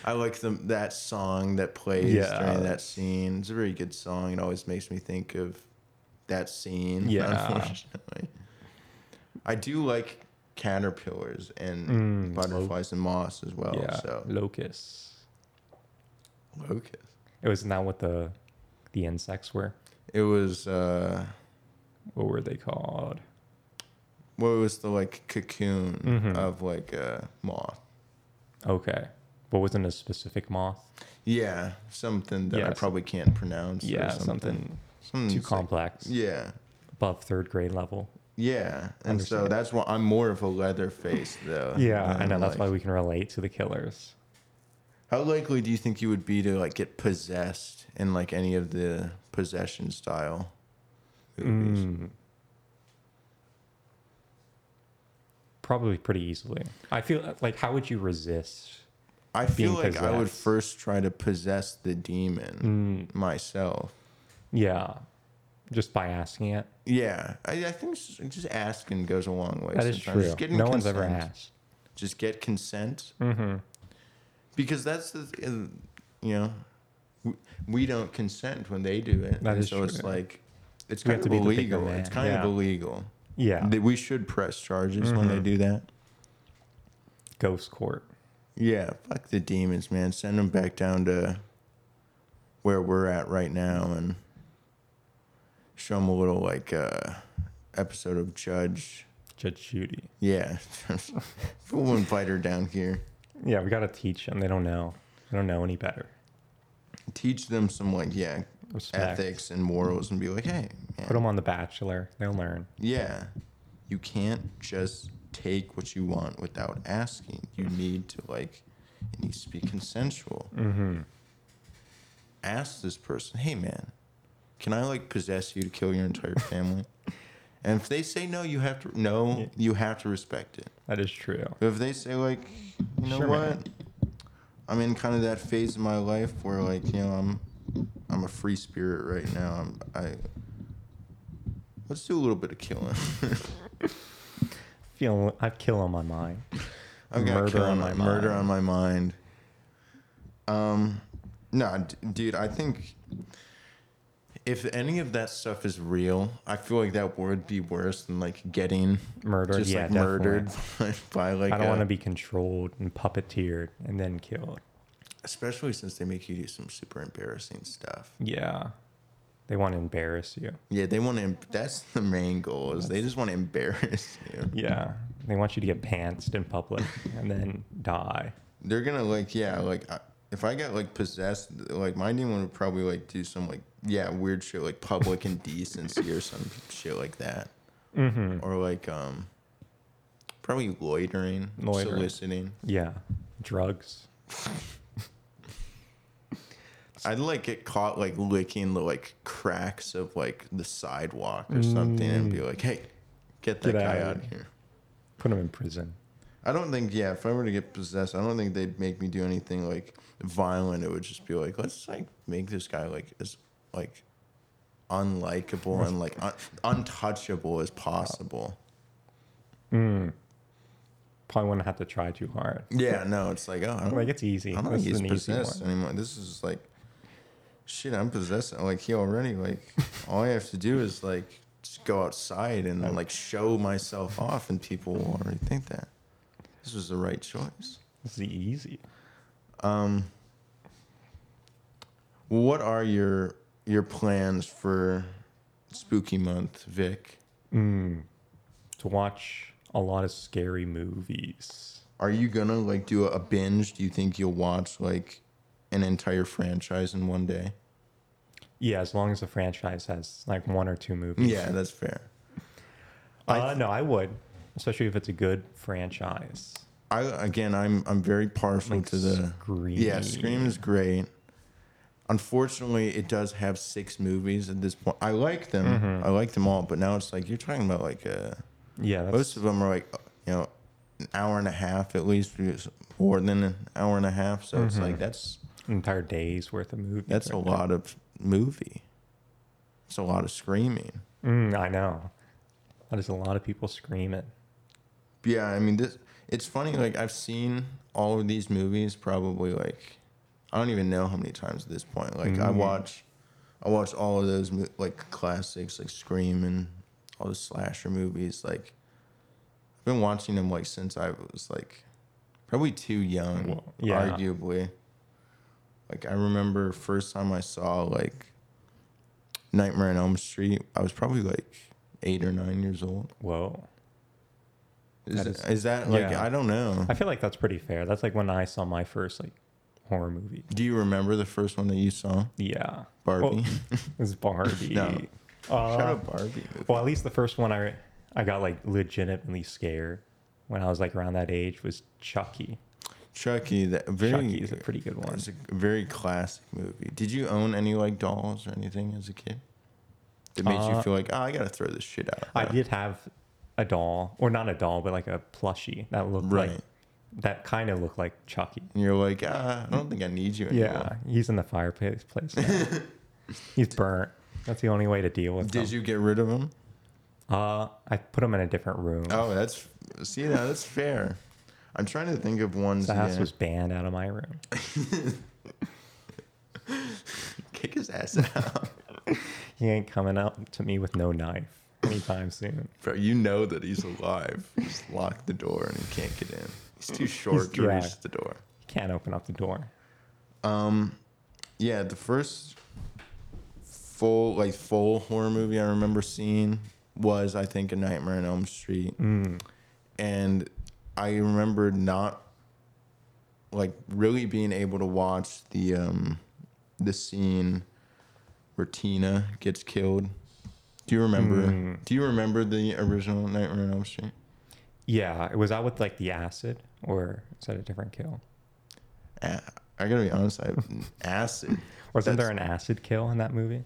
[SPEAKER 1] I like the, that song that plays
[SPEAKER 2] Yeah.
[SPEAKER 1] during that scene. It's a very good song. It always makes me think of that scene.
[SPEAKER 2] Yeah.
[SPEAKER 1] Unfortunately. I do like caterpillars and
[SPEAKER 2] Mm,
[SPEAKER 1] butterflies and moss as well.
[SPEAKER 2] yeah.
[SPEAKER 1] So
[SPEAKER 2] Locusts.
[SPEAKER 1] locust.
[SPEAKER 2] It was not what the the insects were.
[SPEAKER 1] It was uh,
[SPEAKER 2] What were they called?
[SPEAKER 1] what was the like cocoon
[SPEAKER 2] Mhm.
[SPEAKER 1] of like a moth?
[SPEAKER 2] Okay. But wasn't a specific moth?
[SPEAKER 1] Yeah, something that I
[SPEAKER 2] Yes.
[SPEAKER 1] probably can't pronounce.
[SPEAKER 2] yeah,
[SPEAKER 1] or something.
[SPEAKER 2] something,
[SPEAKER 1] something
[SPEAKER 2] too
[SPEAKER 1] s-
[SPEAKER 2] complex.
[SPEAKER 1] Yeah.
[SPEAKER 2] Above third grade level.
[SPEAKER 1] Yeah, and so
[SPEAKER 2] Understand.
[SPEAKER 1] that's why I'm more of a leather face though.
[SPEAKER 2] Yeah, I
[SPEAKER 1] than,
[SPEAKER 2] know. That's
[SPEAKER 1] like-
[SPEAKER 2] why we can relate to the killers.
[SPEAKER 1] How likely do you think you would be to like get possessed in like any of the possession style movies?
[SPEAKER 2] Mm. Probably pretty easily. I feel uh, like how would you resist?
[SPEAKER 1] I feel
[SPEAKER 2] Being
[SPEAKER 1] like I would
[SPEAKER 2] possessed.
[SPEAKER 1] first try to possess the demon
[SPEAKER 2] Mm,
[SPEAKER 1] myself.
[SPEAKER 2] yeah, just by asking it.
[SPEAKER 1] Yeah, I, I think s- just asking goes a long way.
[SPEAKER 2] That is
[SPEAKER 1] sometimes.
[SPEAKER 2] true.
[SPEAKER 1] Just getting
[SPEAKER 2] No one's ever
[SPEAKER 1] consent.
[SPEAKER 2] asked.
[SPEAKER 1] Just get consent
[SPEAKER 2] Mm-hmm.
[SPEAKER 1] because that's the th- uh, you know w- we don't consent when they do it.
[SPEAKER 2] That
[SPEAKER 1] and
[SPEAKER 2] is
[SPEAKER 1] so it's
[SPEAKER 2] true.
[SPEAKER 1] like it's
[SPEAKER 2] We
[SPEAKER 1] kind
[SPEAKER 2] have
[SPEAKER 1] of
[SPEAKER 2] to be the bigger
[SPEAKER 1] illegal. It's
[SPEAKER 2] man.
[SPEAKER 1] kind of
[SPEAKER 2] Yeah.
[SPEAKER 1] illegal.
[SPEAKER 2] Yeah, Mm-hmm.
[SPEAKER 1] That we should press charges when they do that.
[SPEAKER 2] ghost court.
[SPEAKER 1] Yeah, fuck the demons, man. Send them back down to where we're at right now and show them a little like uh episode of Judge.
[SPEAKER 2] Judge Judy.
[SPEAKER 1] Yeah, we'll invite her down here.
[SPEAKER 2] Yeah, we gotta teach them. They don't know. They don't know any better.
[SPEAKER 1] Teach them some like yeah
[SPEAKER 2] Respect.
[SPEAKER 1] ethics and morals and be like, hey, man,
[SPEAKER 2] Put them on the Bachelor. They'll learn.
[SPEAKER 1] yeah, you can't just take what you want without asking. You need to like, it needs to be consensual.
[SPEAKER 2] Mm-hmm.
[SPEAKER 1] ask this person, hey man, can I like possess you to kill your entire family? and if they say no, you have to no,
[SPEAKER 2] Yeah.
[SPEAKER 1] you have to respect it.
[SPEAKER 2] That is true.
[SPEAKER 1] But if they say like, you know
[SPEAKER 2] Sure,
[SPEAKER 1] what,
[SPEAKER 2] man.
[SPEAKER 1] I'm in kind of that phase of my life where like you know I'm, I'm a free spirit right now. I'm I. Let's do a little bit of killing.
[SPEAKER 2] Feel I kill on my mind.
[SPEAKER 1] I've got murder
[SPEAKER 2] Murder
[SPEAKER 1] on
[SPEAKER 2] on
[SPEAKER 1] my
[SPEAKER 2] my
[SPEAKER 1] murder
[SPEAKER 2] mind.
[SPEAKER 1] on my mind. Um, no, d- dude, I think if any of that stuff is real, I feel like that would be worse than like getting
[SPEAKER 2] Murdered.
[SPEAKER 1] just
[SPEAKER 2] yeah,
[SPEAKER 1] like
[SPEAKER 2] definitely.
[SPEAKER 1] murdered by, by, like
[SPEAKER 2] I don't
[SPEAKER 1] a-
[SPEAKER 2] want to be controlled and puppeteered and then killed.
[SPEAKER 1] especially since they make you do some super embarrassing stuff.
[SPEAKER 2] Yeah. They want to embarrass you.
[SPEAKER 1] Yeah, they want to. That's the main goal is they just want to embarrass you.
[SPEAKER 2] Yeah. They want you to get pantsed in public and then die.
[SPEAKER 1] They're gonna like yeah like. I, if I got like possessed, like my demon would probably like do some like yeah weird shit like public indecency or some shit like that,
[SPEAKER 2] Mm-hmm.
[SPEAKER 1] or like um probably loitering,
[SPEAKER 2] Loitering.
[SPEAKER 1] soliciting.
[SPEAKER 2] Yeah. Drugs.
[SPEAKER 1] I'd like get caught like licking the like cracks of like the sidewalk or something and be like, hey, get that
[SPEAKER 2] Mm. Get
[SPEAKER 1] guy
[SPEAKER 2] out
[SPEAKER 1] out
[SPEAKER 2] of
[SPEAKER 1] of here.
[SPEAKER 2] Put them in prison.
[SPEAKER 1] I don't think yeah. If I were to get possessed, I don't think they'd make me do anything like violent. It would just be like let's like make this guy like as like unlikable and like un- untouchable as possible.
[SPEAKER 2] Probably wouldn't have to try too hard.
[SPEAKER 1] Yeah, no, it's like oh, I don't,
[SPEAKER 2] Like, it's easy.
[SPEAKER 1] I don't
[SPEAKER 2] This
[SPEAKER 1] think he's
[SPEAKER 2] is an easy
[SPEAKER 1] possessed
[SPEAKER 2] one.
[SPEAKER 1] anymore. This is like shit. I'm possessed. Like he already like all I have to do is like just go outside and like show myself off, and people will already think that this was the right choice.
[SPEAKER 2] This is easy.
[SPEAKER 1] Um, what are your your plans for spooky month, Vic?
[SPEAKER 2] Mm. To watch a lot of scary movies.
[SPEAKER 1] Are you gonna like do a, a binge? Do you think you'll watch like an entire franchise in one day?
[SPEAKER 2] Yeah, as long as the franchise has like one or two movies.
[SPEAKER 1] Yeah, that's fair.
[SPEAKER 2] Uh, no, I would, especially if it's a good franchise.
[SPEAKER 1] I again, I'm I'm very partial
[SPEAKER 2] Like
[SPEAKER 1] to the
[SPEAKER 2] Scream.
[SPEAKER 1] Yeah, Scream is great. Unfortunately, it does have six movies at this point. I like them. I like them all, but now it's like you're talking about like uh
[SPEAKER 2] Yeah, that's,
[SPEAKER 1] most of them are like you know an hour and a half at least, it's more than an hour and a half. So it's like that's
[SPEAKER 2] entire day's worth of movies.
[SPEAKER 1] that's a
[SPEAKER 2] right
[SPEAKER 1] lot of movie. It's a lot of screaming.
[SPEAKER 2] there. Mm, I know. That is a lot of people screaming.
[SPEAKER 1] Yeah, I mean this. It's funny. Like I've seen all of these movies probably like I don't even know how many times at this point. Like
[SPEAKER 2] Mm-hmm.
[SPEAKER 1] I watch, I watch all of those mo- like classics, like Scream and all the slasher movies. Like I've been watching them like since I was like probably too young,
[SPEAKER 2] Well, yeah.
[SPEAKER 1] arguably. Like I remember first time I saw like Nightmare on Elm Street, I was probably like eight or nine years old.
[SPEAKER 2] Whoa.
[SPEAKER 1] Is
[SPEAKER 2] That
[SPEAKER 1] that,
[SPEAKER 2] is-
[SPEAKER 1] is that like
[SPEAKER 2] yeah.
[SPEAKER 1] I don't know.
[SPEAKER 2] I feel like that's pretty fair. That's like when I saw my first like horror movie.
[SPEAKER 1] Do you remember the first one that you saw?
[SPEAKER 2] Yeah.
[SPEAKER 1] Barbie.
[SPEAKER 2] Well, it was Barbie.
[SPEAKER 1] No.
[SPEAKER 2] Uh,
[SPEAKER 1] Shut up, Barbie. movie.
[SPEAKER 2] Well, at least the first one I I got like legitimately scared when I was like around that age was Chucky.
[SPEAKER 1] Chucky, that very
[SPEAKER 2] Chucky is a pretty good one.
[SPEAKER 1] it's a very classic movie. Did you own any like dolls or anything as a kid? That made
[SPEAKER 2] Uh,
[SPEAKER 1] you feel like, oh, I gotta throw this shit out.
[SPEAKER 2] I did have a doll, or not a doll, but like a plushie that looked like
[SPEAKER 1] Right.
[SPEAKER 2] that kind of looked like Chucky.
[SPEAKER 1] And you're like, ah, I don't think I need you anymore.
[SPEAKER 2] Yeah, he's in the fireplace place. now. he's burnt. That's the only way to deal with
[SPEAKER 1] Did
[SPEAKER 2] him.
[SPEAKER 1] you get rid of him?
[SPEAKER 2] Uh, I put him in a different room.
[SPEAKER 1] Oh, that's see now that's fair. I'm trying to think of ones.
[SPEAKER 2] the house
[SPEAKER 1] yeah.
[SPEAKER 2] was banned out of my room.
[SPEAKER 1] Kick his ass out,
[SPEAKER 2] He ain't coming up to me with no knife anytime soon.
[SPEAKER 1] bro. You know that he's alive. Just lock the door and he can't get in. He's too short to
[SPEAKER 2] yeah.
[SPEAKER 1] reach the door.
[SPEAKER 2] He can't open up the door.
[SPEAKER 1] Yeah, the first full like full horror movie I remember seeing was I think A Nightmare on Elm Street. And I remember not like really being able to watch the um the scene where Tina gets killed. Do you remember? Do you remember the original Nightmare on Elm Street?
[SPEAKER 2] Yeah, it was out with like the acid, or is that a different kill?
[SPEAKER 1] Ah, I gotta be honest, I acid.
[SPEAKER 2] Wasn't
[SPEAKER 1] That's
[SPEAKER 2] there an acid kill in that movie?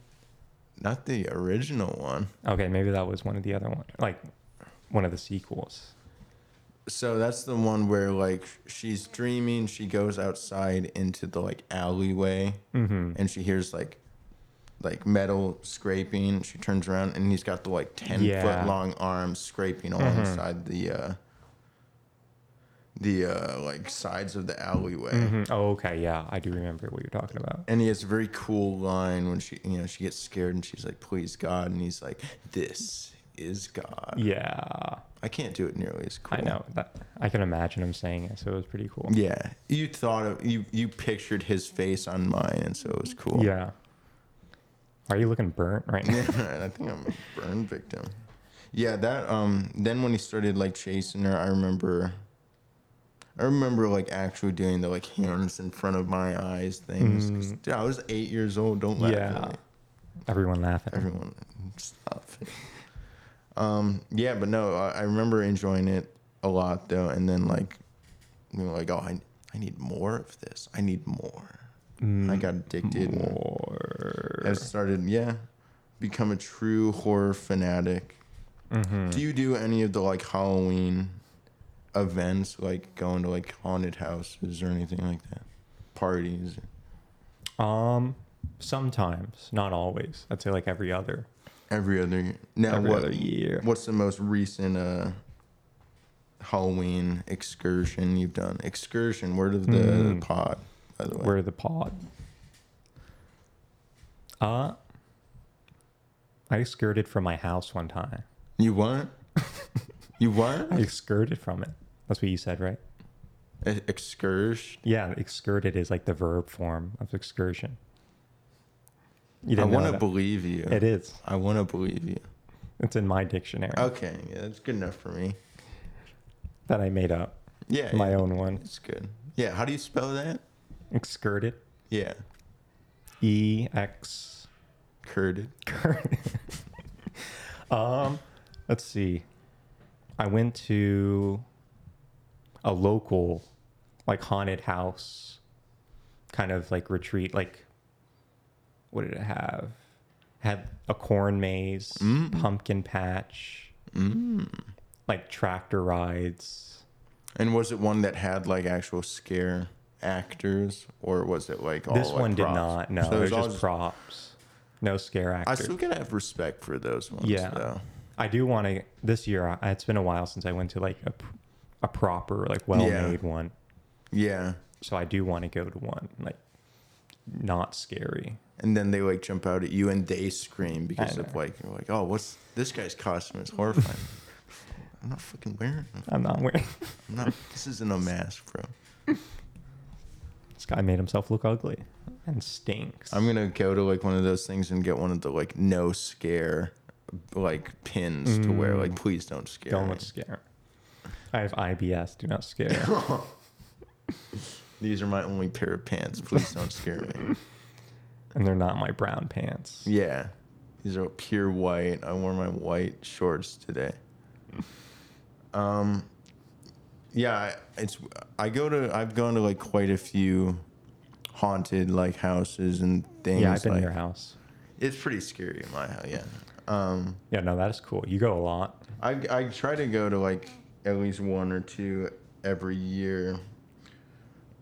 [SPEAKER 1] not the original one?
[SPEAKER 2] Okay, maybe that was one of the other one, like one of the sequels.
[SPEAKER 1] so that's the one where like she's dreaming she goes outside into the like alleyway and she hears like like metal scraping she turns around and he's got the like 10
[SPEAKER 2] Yeah.
[SPEAKER 1] foot long arms scraping alongside the uh the uh like sides of the alleyway
[SPEAKER 2] Mhm. Oh, okay, yeah, I do remember what you're talking about.
[SPEAKER 1] and he has a very cool line when she you know she gets scared and she's like please god and he's like this is god
[SPEAKER 2] Yeah,
[SPEAKER 1] i can't do it nearly as cool
[SPEAKER 2] I know that. I can imagine him saying it, so it was pretty cool.
[SPEAKER 1] Yeah, you thought of you you pictured his face on mine, and so it was cool.
[SPEAKER 2] Yeah. Are you looking burnt right now?
[SPEAKER 1] and I think I'm a burn victim. Yeah, that um. Then when he started like chasing her, I remember. I remember like actually doing the like hands in front of my eyes things. 'cause, dude, I was eight years old. Don't laugh
[SPEAKER 2] Mm. yeah.
[SPEAKER 1] at me.
[SPEAKER 2] Everyone laughing.
[SPEAKER 1] Everyone, stop. um. Yeah, but no, I, I remember enjoying it a lot though, and then like, you know, like oh, I I need more of this. I need more.
[SPEAKER 2] Mm.
[SPEAKER 1] I got addicted. and-
[SPEAKER 2] Or
[SPEAKER 1] I started, yeah, become a true horror fanatic.
[SPEAKER 2] Mm-hmm.
[SPEAKER 1] Do you do any of the like Halloween events, like going to like haunted houses or anything like that? Parties?
[SPEAKER 2] um, sometimes, not always. I'd say like every other.
[SPEAKER 1] Every other year. Now,
[SPEAKER 2] Every
[SPEAKER 1] what,
[SPEAKER 2] other year.
[SPEAKER 1] what's the most recent uh, Halloween excursion you've done? Excursion, word of the
[SPEAKER 2] Mm.
[SPEAKER 1] pod, by the way.
[SPEAKER 2] Where the pod? Uh, I skirted from my house one time.
[SPEAKER 1] You what? you
[SPEAKER 2] I
[SPEAKER 1] what?
[SPEAKER 2] skirted from it. That's what you said, right?
[SPEAKER 1] E- Excursion?
[SPEAKER 2] Yeah, excurted is like the verb form of excursion. You
[SPEAKER 1] I
[SPEAKER 2] didn't
[SPEAKER 1] want to
[SPEAKER 2] know
[SPEAKER 1] believe you.
[SPEAKER 2] that. It is.
[SPEAKER 1] I want to believe you.
[SPEAKER 2] It's in my dictionary
[SPEAKER 1] Okay, yeah, that's good enough for me.
[SPEAKER 2] that I made up.
[SPEAKER 1] Yeah.
[SPEAKER 2] my
[SPEAKER 1] yeah.
[SPEAKER 2] own one.
[SPEAKER 1] It's good. Yeah. How do you spell that?
[SPEAKER 2] Excurted.
[SPEAKER 1] Yeah.
[SPEAKER 2] E X.
[SPEAKER 1] Curded.
[SPEAKER 2] um, let's see. I went to a local, like haunted house, kind of like retreat. Like, what did it have? Had a corn maze,
[SPEAKER 1] Mm.
[SPEAKER 2] pumpkin patch, like tractor rides.
[SPEAKER 1] And was it one that had like actual scare actors, or was it like all
[SPEAKER 2] this
[SPEAKER 1] like,
[SPEAKER 2] one did
[SPEAKER 1] props?
[SPEAKER 2] not. No,
[SPEAKER 1] So
[SPEAKER 2] it was
[SPEAKER 1] all
[SPEAKER 2] just props. No scare
[SPEAKER 1] I
[SPEAKER 2] actors.
[SPEAKER 1] still gotta have respect for those ones.
[SPEAKER 2] Yeah.
[SPEAKER 1] Though.
[SPEAKER 2] I do want to this year. I- It's been a while since I went to like a, p- a proper like well made one,
[SPEAKER 1] Yeah.
[SPEAKER 2] so I do want to go to one like not scary.
[SPEAKER 1] And then they like jump out at you and they scream because
[SPEAKER 2] I
[SPEAKER 1] of
[SPEAKER 2] know.
[SPEAKER 1] like you're like, oh, what's this guy's costume? It's horrifying. I'm not fucking wearing. it.
[SPEAKER 2] I'm not wearing.
[SPEAKER 1] I'm not. This isn't a mask, bro.
[SPEAKER 2] this guy made himself look ugly and stinks.
[SPEAKER 1] I'm gonna go to like one of those things and get one of the like no scare like pins to wear. Like, please don't scare.
[SPEAKER 2] Mm. don't
[SPEAKER 1] me.
[SPEAKER 2] let scare. I have IBS. Do not scare.
[SPEAKER 1] These are my only pair of pants. Please don't scare me.
[SPEAKER 2] and they're not my brown pants.
[SPEAKER 1] Yeah. These are pure white. I wore my white shorts today. Um yeah, I- it's I go to I've gone to like quite a few haunted like houses and things.
[SPEAKER 2] Yeah, I've been
[SPEAKER 1] like,
[SPEAKER 2] in your house.
[SPEAKER 1] It's pretty scary in my house, yeah. Um
[SPEAKER 2] Yeah, no, that is cool. You go a lot.
[SPEAKER 1] I I try to go to like at least one or two every year.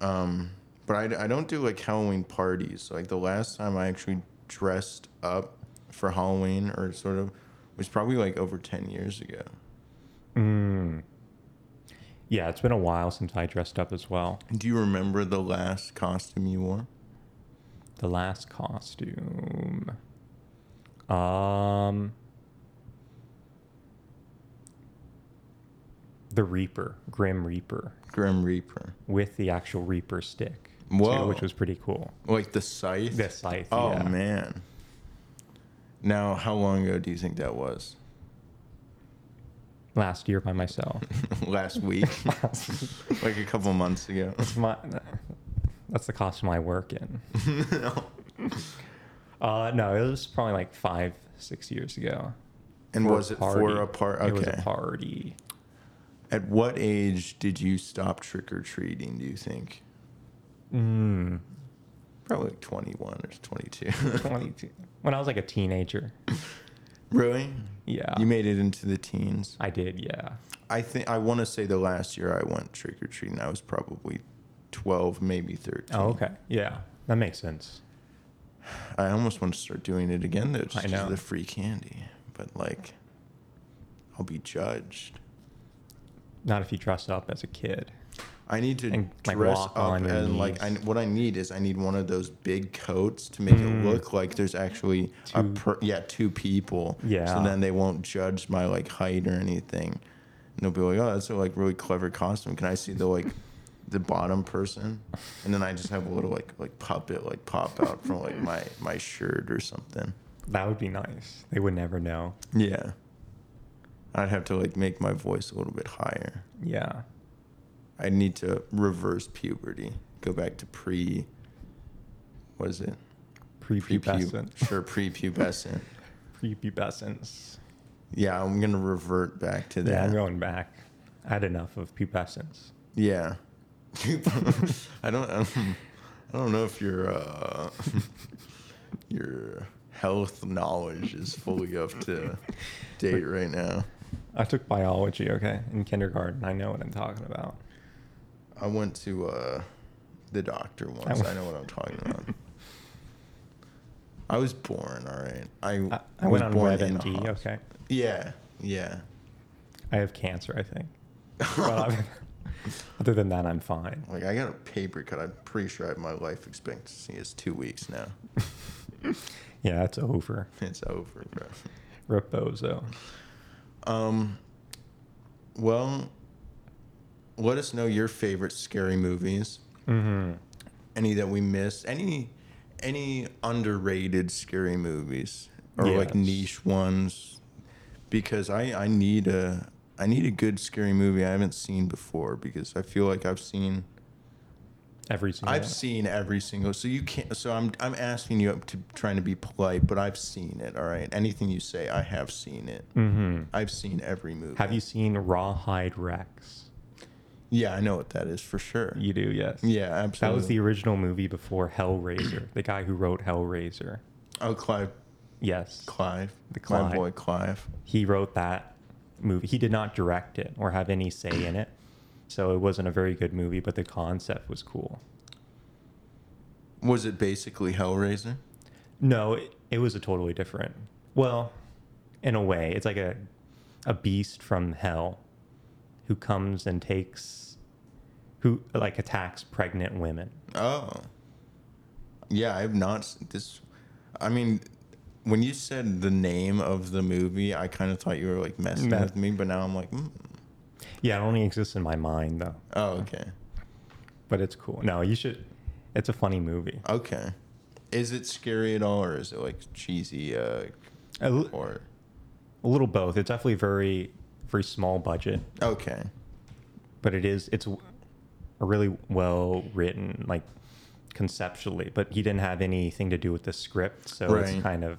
[SPEAKER 1] Um, but I, I don't do like Halloween parties. Like the last time I actually dressed up for Halloween or sort of was probably like over 10 years ago.
[SPEAKER 2] Mm. Yeah, it's been a while since I dressed up as well.
[SPEAKER 1] Do you remember the last costume you wore?
[SPEAKER 2] The last costume. Um The Reaper, Grim Reaper,
[SPEAKER 1] Grim Reaper.
[SPEAKER 2] with the actual Reaper stick. too,
[SPEAKER 1] Whoa.
[SPEAKER 2] which was pretty cool.
[SPEAKER 1] Like the scythe?
[SPEAKER 2] The scythe.
[SPEAKER 1] Oh,
[SPEAKER 2] yeah.
[SPEAKER 1] man. Now, how long ago do you think that was?
[SPEAKER 2] Last year by myself.
[SPEAKER 1] last week? like a couple months ago?
[SPEAKER 2] that's my that's the costume I work in.
[SPEAKER 1] No.
[SPEAKER 2] Uh no, it was probably like five, six years ago.
[SPEAKER 1] And
[SPEAKER 2] for a
[SPEAKER 1] was it
[SPEAKER 2] party.
[SPEAKER 1] for a part?
[SPEAKER 2] It was
[SPEAKER 1] Okay.
[SPEAKER 2] a party.
[SPEAKER 1] At what age did you stop trick or treating? Do you think?
[SPEAKER 2] Mm,
[SPEAKER 1] Probably like twenty-one or twenty-two.
[SPEAKER 2] 22. When I was like a teenager.
[SPEAKER 1] really?
[SPEAKER 2] Yeah.
[SPEAKER 1] You made it into the teens.
[SPEAKER 2] I did, yeah.
[SPEAKER 1] I think I want to say the last year I went trick or treating, I was probably twelve, maybe thirteen.
[SPEAKER 2] Oh, okay. Yeah. That makes sense.
[SPEAKER 1] I almost want to start doing it again though, just
[SPEAKER 2] I
[SPEAKER 1] 'cause
[SPEAKER 2] know.
[SPEAKER 1] of the free candy. But like, I'll be judged.
[SPEAKER 2] Not if you dress up as a kid.
[SPEAKER 1] I need to
[SPEAKER 2] And, like,
[SPEAKER 1] dress
[SPEAKER 2] walk
[SPEAKER 1] up
[SPEAKER 2] on your
[SPEAKER 1] and like I,
[SPEAKER 2] knees.
[SPEAKER 1] what I need is I need one of those big coats to make
[SPEAKER 2] Mm.
[SPEAKER 1] it look like there's actually a
[SPEAKER 2] Two.
[SPEAKER 1] per, yeah two people.
[SPEAKER 2] Yeah.
[SPEAKER 1] So then they won't judge my like height or anything, and they'll be like, oh, that's a like really clever costume. Can I see the like the bottom person? And then I just have a little like like puppet like pop out from like my my shirt or something.
[SPEAKER 2] That would be nice. They would never know.
[SPEAKER 1] Yeah. I'd have to like make my voice a little bit higher.
[SPEAKER 2] Yeah.
[SPEAKER 1] I need to reverse puberty. Go back to pre. What is it?
[SPEAKER 2] Prepubescent.
[SPEAKER 1] Prepu- Sure, prepubescent.
[SPEAKER 2] Prepubescence.
[SPEAKER 1] yeah, I'm gonna revert back to
[SPEAKER 2] Yeah,
[SPEAKER 1] that.
[SPEAKER 2] I'm going back. I had enough of pubescence.
[SPEAKER 1] Yeah. I don't. I don't- I don't know if your uh, your health knowledge is fully up to date right now.
[SPEAKER 2] I took biology, okay, in kindergarten. I know what I'm talking about.
[SPEAKER 1] I went to uh, the doctor once. I know what I'm talking about. I was born, all right. I,
[SPEAKER 2] I, I went on
[SPEAKER 1] was born in a
[SPEAKER 2] WebMD,
[SPEAKER 1] hospital.
[SPEAKER 2] okay.
[SPEAKER 1] Yeah, yeah.
[SPEAKER 2] I have cancer, I think. But other- other than that, I'm fine.
[SPEAKER 1] Like I got a paper cut. I'm pretty sure I have my life expectancy is two weeks now.
[SPEAKER 2] Yeah, it's over.
[SPEAKER 1] It's over, bro.
[SPEAKER 2] Reposo.
[SPEAKER 1] Um, well, let us know your favorite scary movies.
[SPEAKER 2] Mm-hmm.
[SPEAKER 1] Any that we missed. Any any underrated scary movies or like
[SPEAKER 2] Yes.
[SPEAKER 1] niche ones. Because I I need a I need a good scary movie I haven't seen before because I feel like I've seen
[SPEAKER 2] Every single.
[SPEAKER 1] I've
[SPEAKER 2] one.
[SPEAKER 1] seen every single. So you can't. So I'm I'm asking you up to trying to be polite, but I've seen it. All right. Anything you say, I have seen it. I've seen every movie.
[SPEAKER 2] Mm. Mm-hmm. Have you seen Rawhide Rex?
[SPEAKER 1] Yeah, I know what that is for sure.
[SPEAKER 2] You do, yes.
[SPEAKER 1] Yeah,
[SPEAKER 2] That
[SPEAKER 1] absolutely.
[SPEAKER 2] was the original movie before Hellraiser. the guy who wrote Hellraiser.
[SPEAKER 1] oh Clive,
[SPEAKER 2] Yes.
[SPEAKER 1] Clive,
[SPEAKER 2] The
[SPEAKER 1] my
[SPEAKER 2] Clive.
[SPEAKER 1] boy Clive.
[SPEAKER 2] He wrote that movie. He did not direct it or have any say in it. So it wasn't a very good movie, but the concept was cool.
[SPEAKER 1] Was it basically Hellraiser?
[SPEAKER 2] No, it, it was a totally different. Well, in a way, it's like a a beast from hell who comes and takes who like attacks pregnant women.
[SPEAKER 1] Oh, yeah. I've not s- this. I mean, when you said the name of the movie, I kind of thought you were like messing
[SPEAKER 2] Meth.
[SPEAKER 1] with me, but now I'm like, mm.
[SPEAKER 2] Yeah, it only exists in my mind though.
[SPEAKER 1] oh, okay,
[SPEAKER 2] But it's cool. No, you should it's a funny movie.
[SPEAKER 1] okay. Is it scary at all, or is it like cheesy? Uh,
[SPEAKER 2] A, l-
[SPEAKER 1] or
[SPEAKER 2] a little both. It's definitely very very small budget,
[SPEAKER 1] okay,
[SPEAKER 2] but it is it's a really well written like conceptually, but he didn't have anything to do with the script, so
[SPEAKER 1] Right.
[SPEAKER 2] it's kind of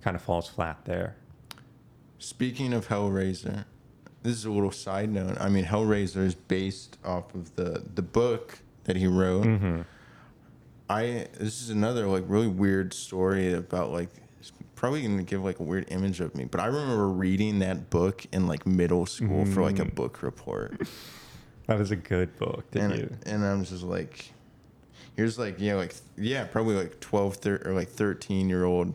[SPEAKER 2] kind of falls flat there.
[SPEAKER 1] Speaking of Hellraiser, this is a little side note. I mean, Hellraiser is based off of the the book that he wrote. I this is another like really weird story about like it's probably gonna give like a weird image of me, but I remember reading that book in like middle school for like a book report,
[SPEAKER 2] That was a good book. Did
[SPEAKER 1] and
[SPEAKER 2] you?
[SPEAKER 1] and I'm just like, here's like yeah like yeah probably like 12 thir- or like 13 year old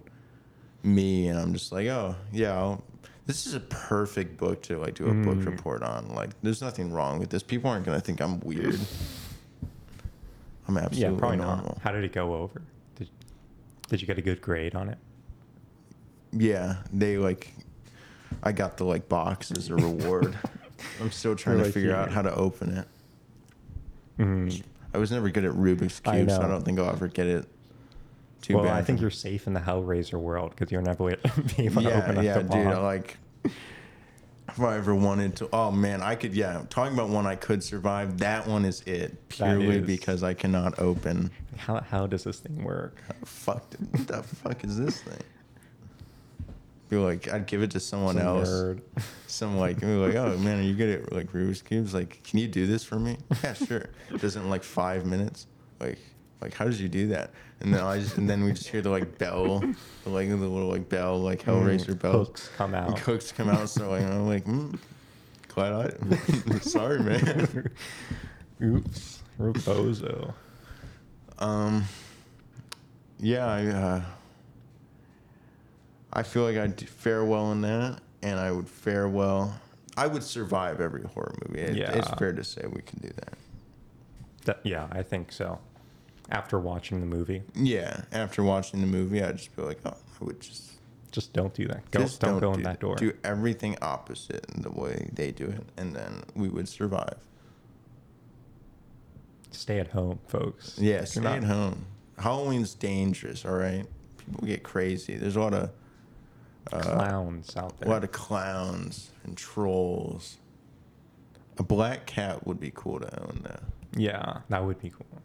[SPEAKER 1] me, and I'm just like oh yeah. I'll, this is a perfect book to like do a
[SPEAKER 2] Mm.
[SPEAKER 1] book report on. Like, there's nothing wrong with this. People aren't gonna think I'm weird. I'm
[SPEAKER 2] Yeah,
[SPEAKER 1] absolutely
[SPEAKER 2] probably
[SPEAKER 1] normal.
[SPEAKER 2] not. How did it go over? Did Did you get a good grade on it?
[SPEAKER 1] Yeah, they like. I got the like box as a reward. I'm still trying to
[SPEAKER 2] Right
[SPEAKER 1] figure out
[SPEAKER 2] here.
[SPEAKER 1] how to open it. Mm-hmm. I was never good at Rubik's
[SPEAKER 2] I
[SPEAKER 1] cube, so I
[SPEAKER 2] know.
[SPEAKER 1] don't think I'll ever get it. Too
[SPEAKER 2] well,
[SPEAKER 1] bad.
[SPEAKER 2] I think you're safe in the Hellraiser world because you'll never be able to
[SPEAKER 1] Yeah,
[SPEAKER 2] open up
[SPEAKER 1] yeah,
[SPEAKER 2] the
[SPEAKER 1] dude.
[SPEAKER 2] bomb.
[SPEAKER 1] Like, if I ever wanted to, oh man, I could. Yeah, talking about one I could survive. That one is it purely
[SPEAKER 2] is-
[SPEAKER 1] because I cannot open.
[SPEAKER 2] how How does this thing work?
[SPEAKER 1] Fuck, dude, what the fuck is this thing? Feel like I'd give it to someone
[SPEAKER 2] Some
[SPEAKER 1] else.
[SPEAKER 2] nerd.
[SPEAKER 1] Some like we were like, oh man, are you good at like Rubik's cubes? Like, can you do this for me? Yeah, sure. Does it in like five minutes? Like, like how did you do that? And then I just, and then we just hear the like bell, the, like the little like bell, like Hellraiser bell.
[SPEAKER 2] Mm. Hooks come out.
[SPEAKER 1] Cooks come out. So like, I'm like, mm, glad I. sorry, man.
[SPEAKER 2] Oops, Rebozo.
[SPEAKER 1] Um, yeah, I, uh, I feel like I'd do- fare well in that, and I would fare well. I would survive every horror movie. It- It's
[SPEAKER 2] Yeah.
[SPEAKER 1] fair to say we can do that.
[SPEAKER 2] That- yeah, I think so. After watching the movie,
[SPEAKER 1] Yeah. After watching the movie, I'd just be like, oh, I would just.
[SPEAKER 2] just don't do that. Go,
[SPEAKER 1] just
[SPEAKER 2] don't, go
[SPEAKER 1] do
[SPEAKER 2] in that door.
[SPEAKER 1] Do everything opposite in the way they do it, and then we would survive.
[SPEAKER 2] Stay at home, folks.
[SPEAKER 1] Yeah,
[SPEAKER 2] Do
[SPEAKER 1] stay
[SPEAKER 2] not-
[SPEAKER 1] at home. Halloween's dangerous, all right? People get crazy. There's a lot of Uh,
[SPEAKER 2] Clowns out
[SPEAKER 1] A lot
[SPEAKER 2] there.
[SPEAKER 1] of clowns and trolls. A black cat would be cool to own, though.
[SPEAKER 2] Yeah, that would be cool.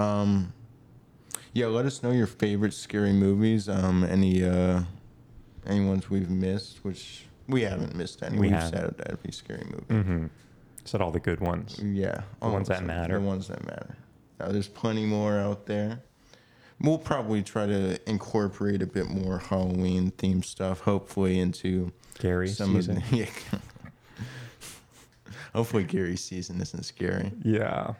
[SPEAKER 1] Um, yeah, let us know your favorite scary movies. Um, any uh, any ones we've missed, which we haven't missed any.
[SPEAKER 2] We
[SPEAKER 1] have
[SPEAKER 2] haven't.
[SPEAKER 1] said every scary movie.
[SPEAKER 2] Mm-hmm. Said all the good ones.
[SPEAKER 1] Yeah,
[SPEAKER 2] The ones that
[SPEAKER 1] almost,
[SPEAKER 2] matter.
[SPEAKER 1] The ones that matter. Now, there's plenty more out there. We'll probably try to incorporate a bit more Halloween themed stuff, hopefully into
[SPEAKER 2] Gary
[SPEAKER 1] some
[SPEAKER 2] season.
[SPEAKER 1] of the, yeah. Hopefully, Gary's season isn't scary,
[SPEAKER 2] yeah.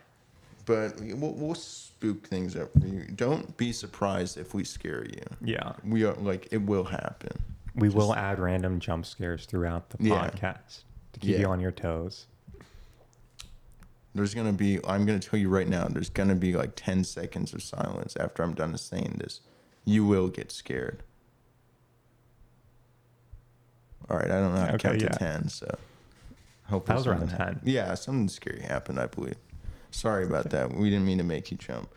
[SPEAKER 1] but we'll, we'll spook things up for you. Don't be surprised if we scare you.
[SPEAKER 2] Yeah.
[SPEAKER 1] We are like it will happen.
[SPEAKER 2] We will add random jump scares throughout the
[SPEAKER 1] Yeah.
[SPEAKER 2] podcast to keep
[SPEAKER 1] Yeah.
[SPEAKER 2] you on your toes.
[SPEAKER 1] There's gonna be. I'm gonna tell you right now. There's gonna be like ten seconds of silence after I'm done saying this. You will get scared. All right, I don't know how to
[SPEAKER 2] Okay,
[SPEAKER 1] count
[SPEAKER 2] yeah.
[SPEAKER 1] to ten, so hopefully
[SPEAKER 2] That was around
[SPEAKER 1] something hap-
[SPEAKER 2] 10.
[SPEAKER 1] Yeah, something scary happened, I believe. Sorry about that. We didn't mean to make you jump.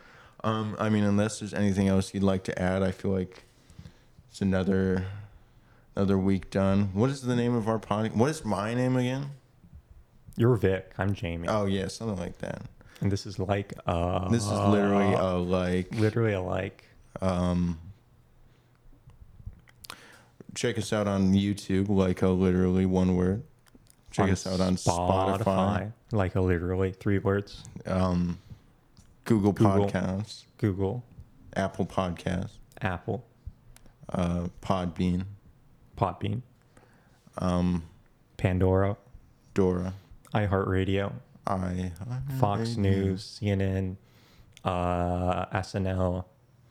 [SPEAKER 1] Um, I mean, unless there's anything else you'd like to add, I feel like it's another Another week done. What is the name of our podcast? What is my name again?
[SPEAKER 2] You're Vic. I'm Jamie.
[SPEAKER 1] Oh yeah, something like that.
[SPEAKER 2] and this is like uh
[SPEAKER 1] This is literally
[SPEAKER 2] Uh-huh.
[SPEAKER 1] uh, like
[SPEAKER 2] literally alike.
[SPEAKER 1] um check us out on YouTube like a literally one word. Check us out on Spotify,
[SPEAKER 2] Like a literally three words.
[SPEAKER 1] um Google,
[SPEAKER 2] Google.
[SPEAKER 1] Podcasts,
[SPEAKER 2] Google,
[SPEAKER 1] Apple Podcasts,
[SPEAKER 2] Apple,
[SPEAKER 1] uh Podbean,
[SPEAKER 2] Podbean,
[SPEAKER 1] um
[SPEAKER 2] Pandora,
[SPEAKER 1] Dora,
[SPEAKER 2] iHeartRadio,
[SPEAKER 1] I
[SPEAKER 2] Fox News, CNN, uh, SNL.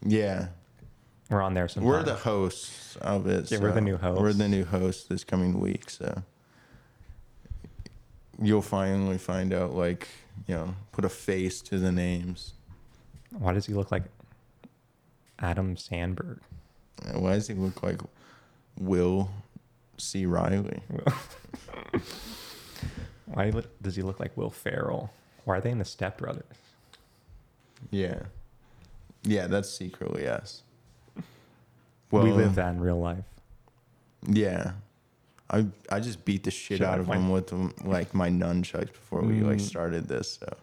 [SPEAKER 1] Yeah.
[SPEAKER 2] We're on there sometimes.
[SPEAKER 1] We're the hosts of it.
[SPEAKER 2] Yeah, we're
[SPEAKER 1] so
[SPEAKER 2] the new
[SPEAKER 1] We're the
[SPEAKER 2] hosts.
[SPEAKER 1] new hosts this coming week, so you'll finally find out. Like, you know, put a face to the names.
[SPEAKER 2] Why does he look like Adam Sandberg?
[SPEAKER 1] Uh, Why does he look like Will C. Riley?
[SPEAKER 2] Why lo- does he look like Will Ferrell? Why are they in the Step Brothers?
[SPEAKER 1] Yeah, yeah, that's secretly us.
[SPEAKER 2] we live that in real life.
[SPEAKER 1] Yeah. I, I just beat the shit
[SPEAKER 2] Shit,
[SPEAKER 1] out of
[SPEAKER 2] my-
[SPEAKER 1] him with um, like my nunchucks before we like
[SPEAKER 2] Mm.
[SPEAKER 1] started this. So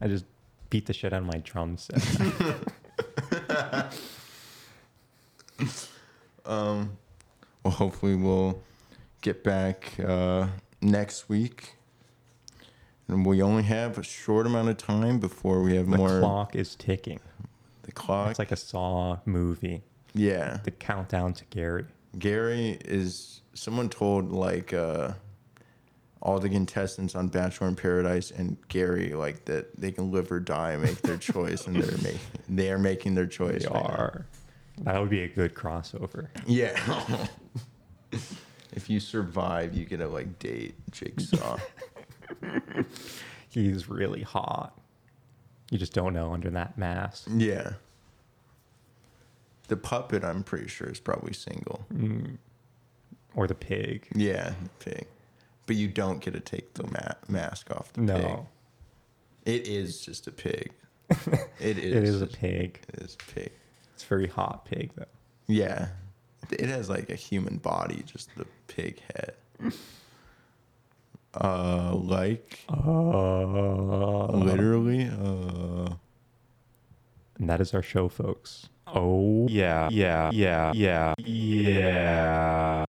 [SPEAKER 2] I just beat the shit out of my drum set.
[SPEAKER 1] Um, well, hopefully we'll get back uh, next week. And we only have a short amount of time before we have
[SPEAKER 2] the
[SPEAKER 1] more
[SPEAKER 2] clock is ticking.
[SPEAKER 1] the clock.
[SPEAKER 2] It's like a Saw movie.
[SPEAKER 1] yeah,
[SPEAKER 2] The countdown to Gary.
[SPEAKER 1] Gary is. Someone told like uh, all the contestants on Bachelor in Paradise and Gary like that they can live or die and make their choice, and they're making they are making their choice.
[SPEAKER 2] They
[SPEAKER 1] right now.
[SPEAKER 2] are. That would be a good crossover.
[SPEAKER 1] Yeah. if you survive, you get to like date Jigsaw.
[SPEAKER 2] He's really hot. You just don't know under that mask.
[SPEAKER 1] Yeah. The puppet, I'm pretty sure, is probably single.
[SPEAKER 2] Mm. Or the pig.
[SPEAKER 1] Yeah, the pig. But you don't get to take the ma- mask off the
[SPEAKER 2] No.
[SPEAKER 1] pig. It is just a pig. It is.
[SPEAKER 2] It is a
[SPEAKER 1] just-
[SPEAKER 2] pig.
[SPEAKER 1] It is a pig.
[SPEAKER 2] It's a very hot pig though.
[SPEAKER 1] Yeah. It has like a human body, just the pig head. Uh, like
[SPEAKER 2] Oh.
[SPEAKER 1] literally. Uh,
[SPEAKER 2] And that is our show, folks. Oh, yeah, yeah, yeah, yeah, yeah.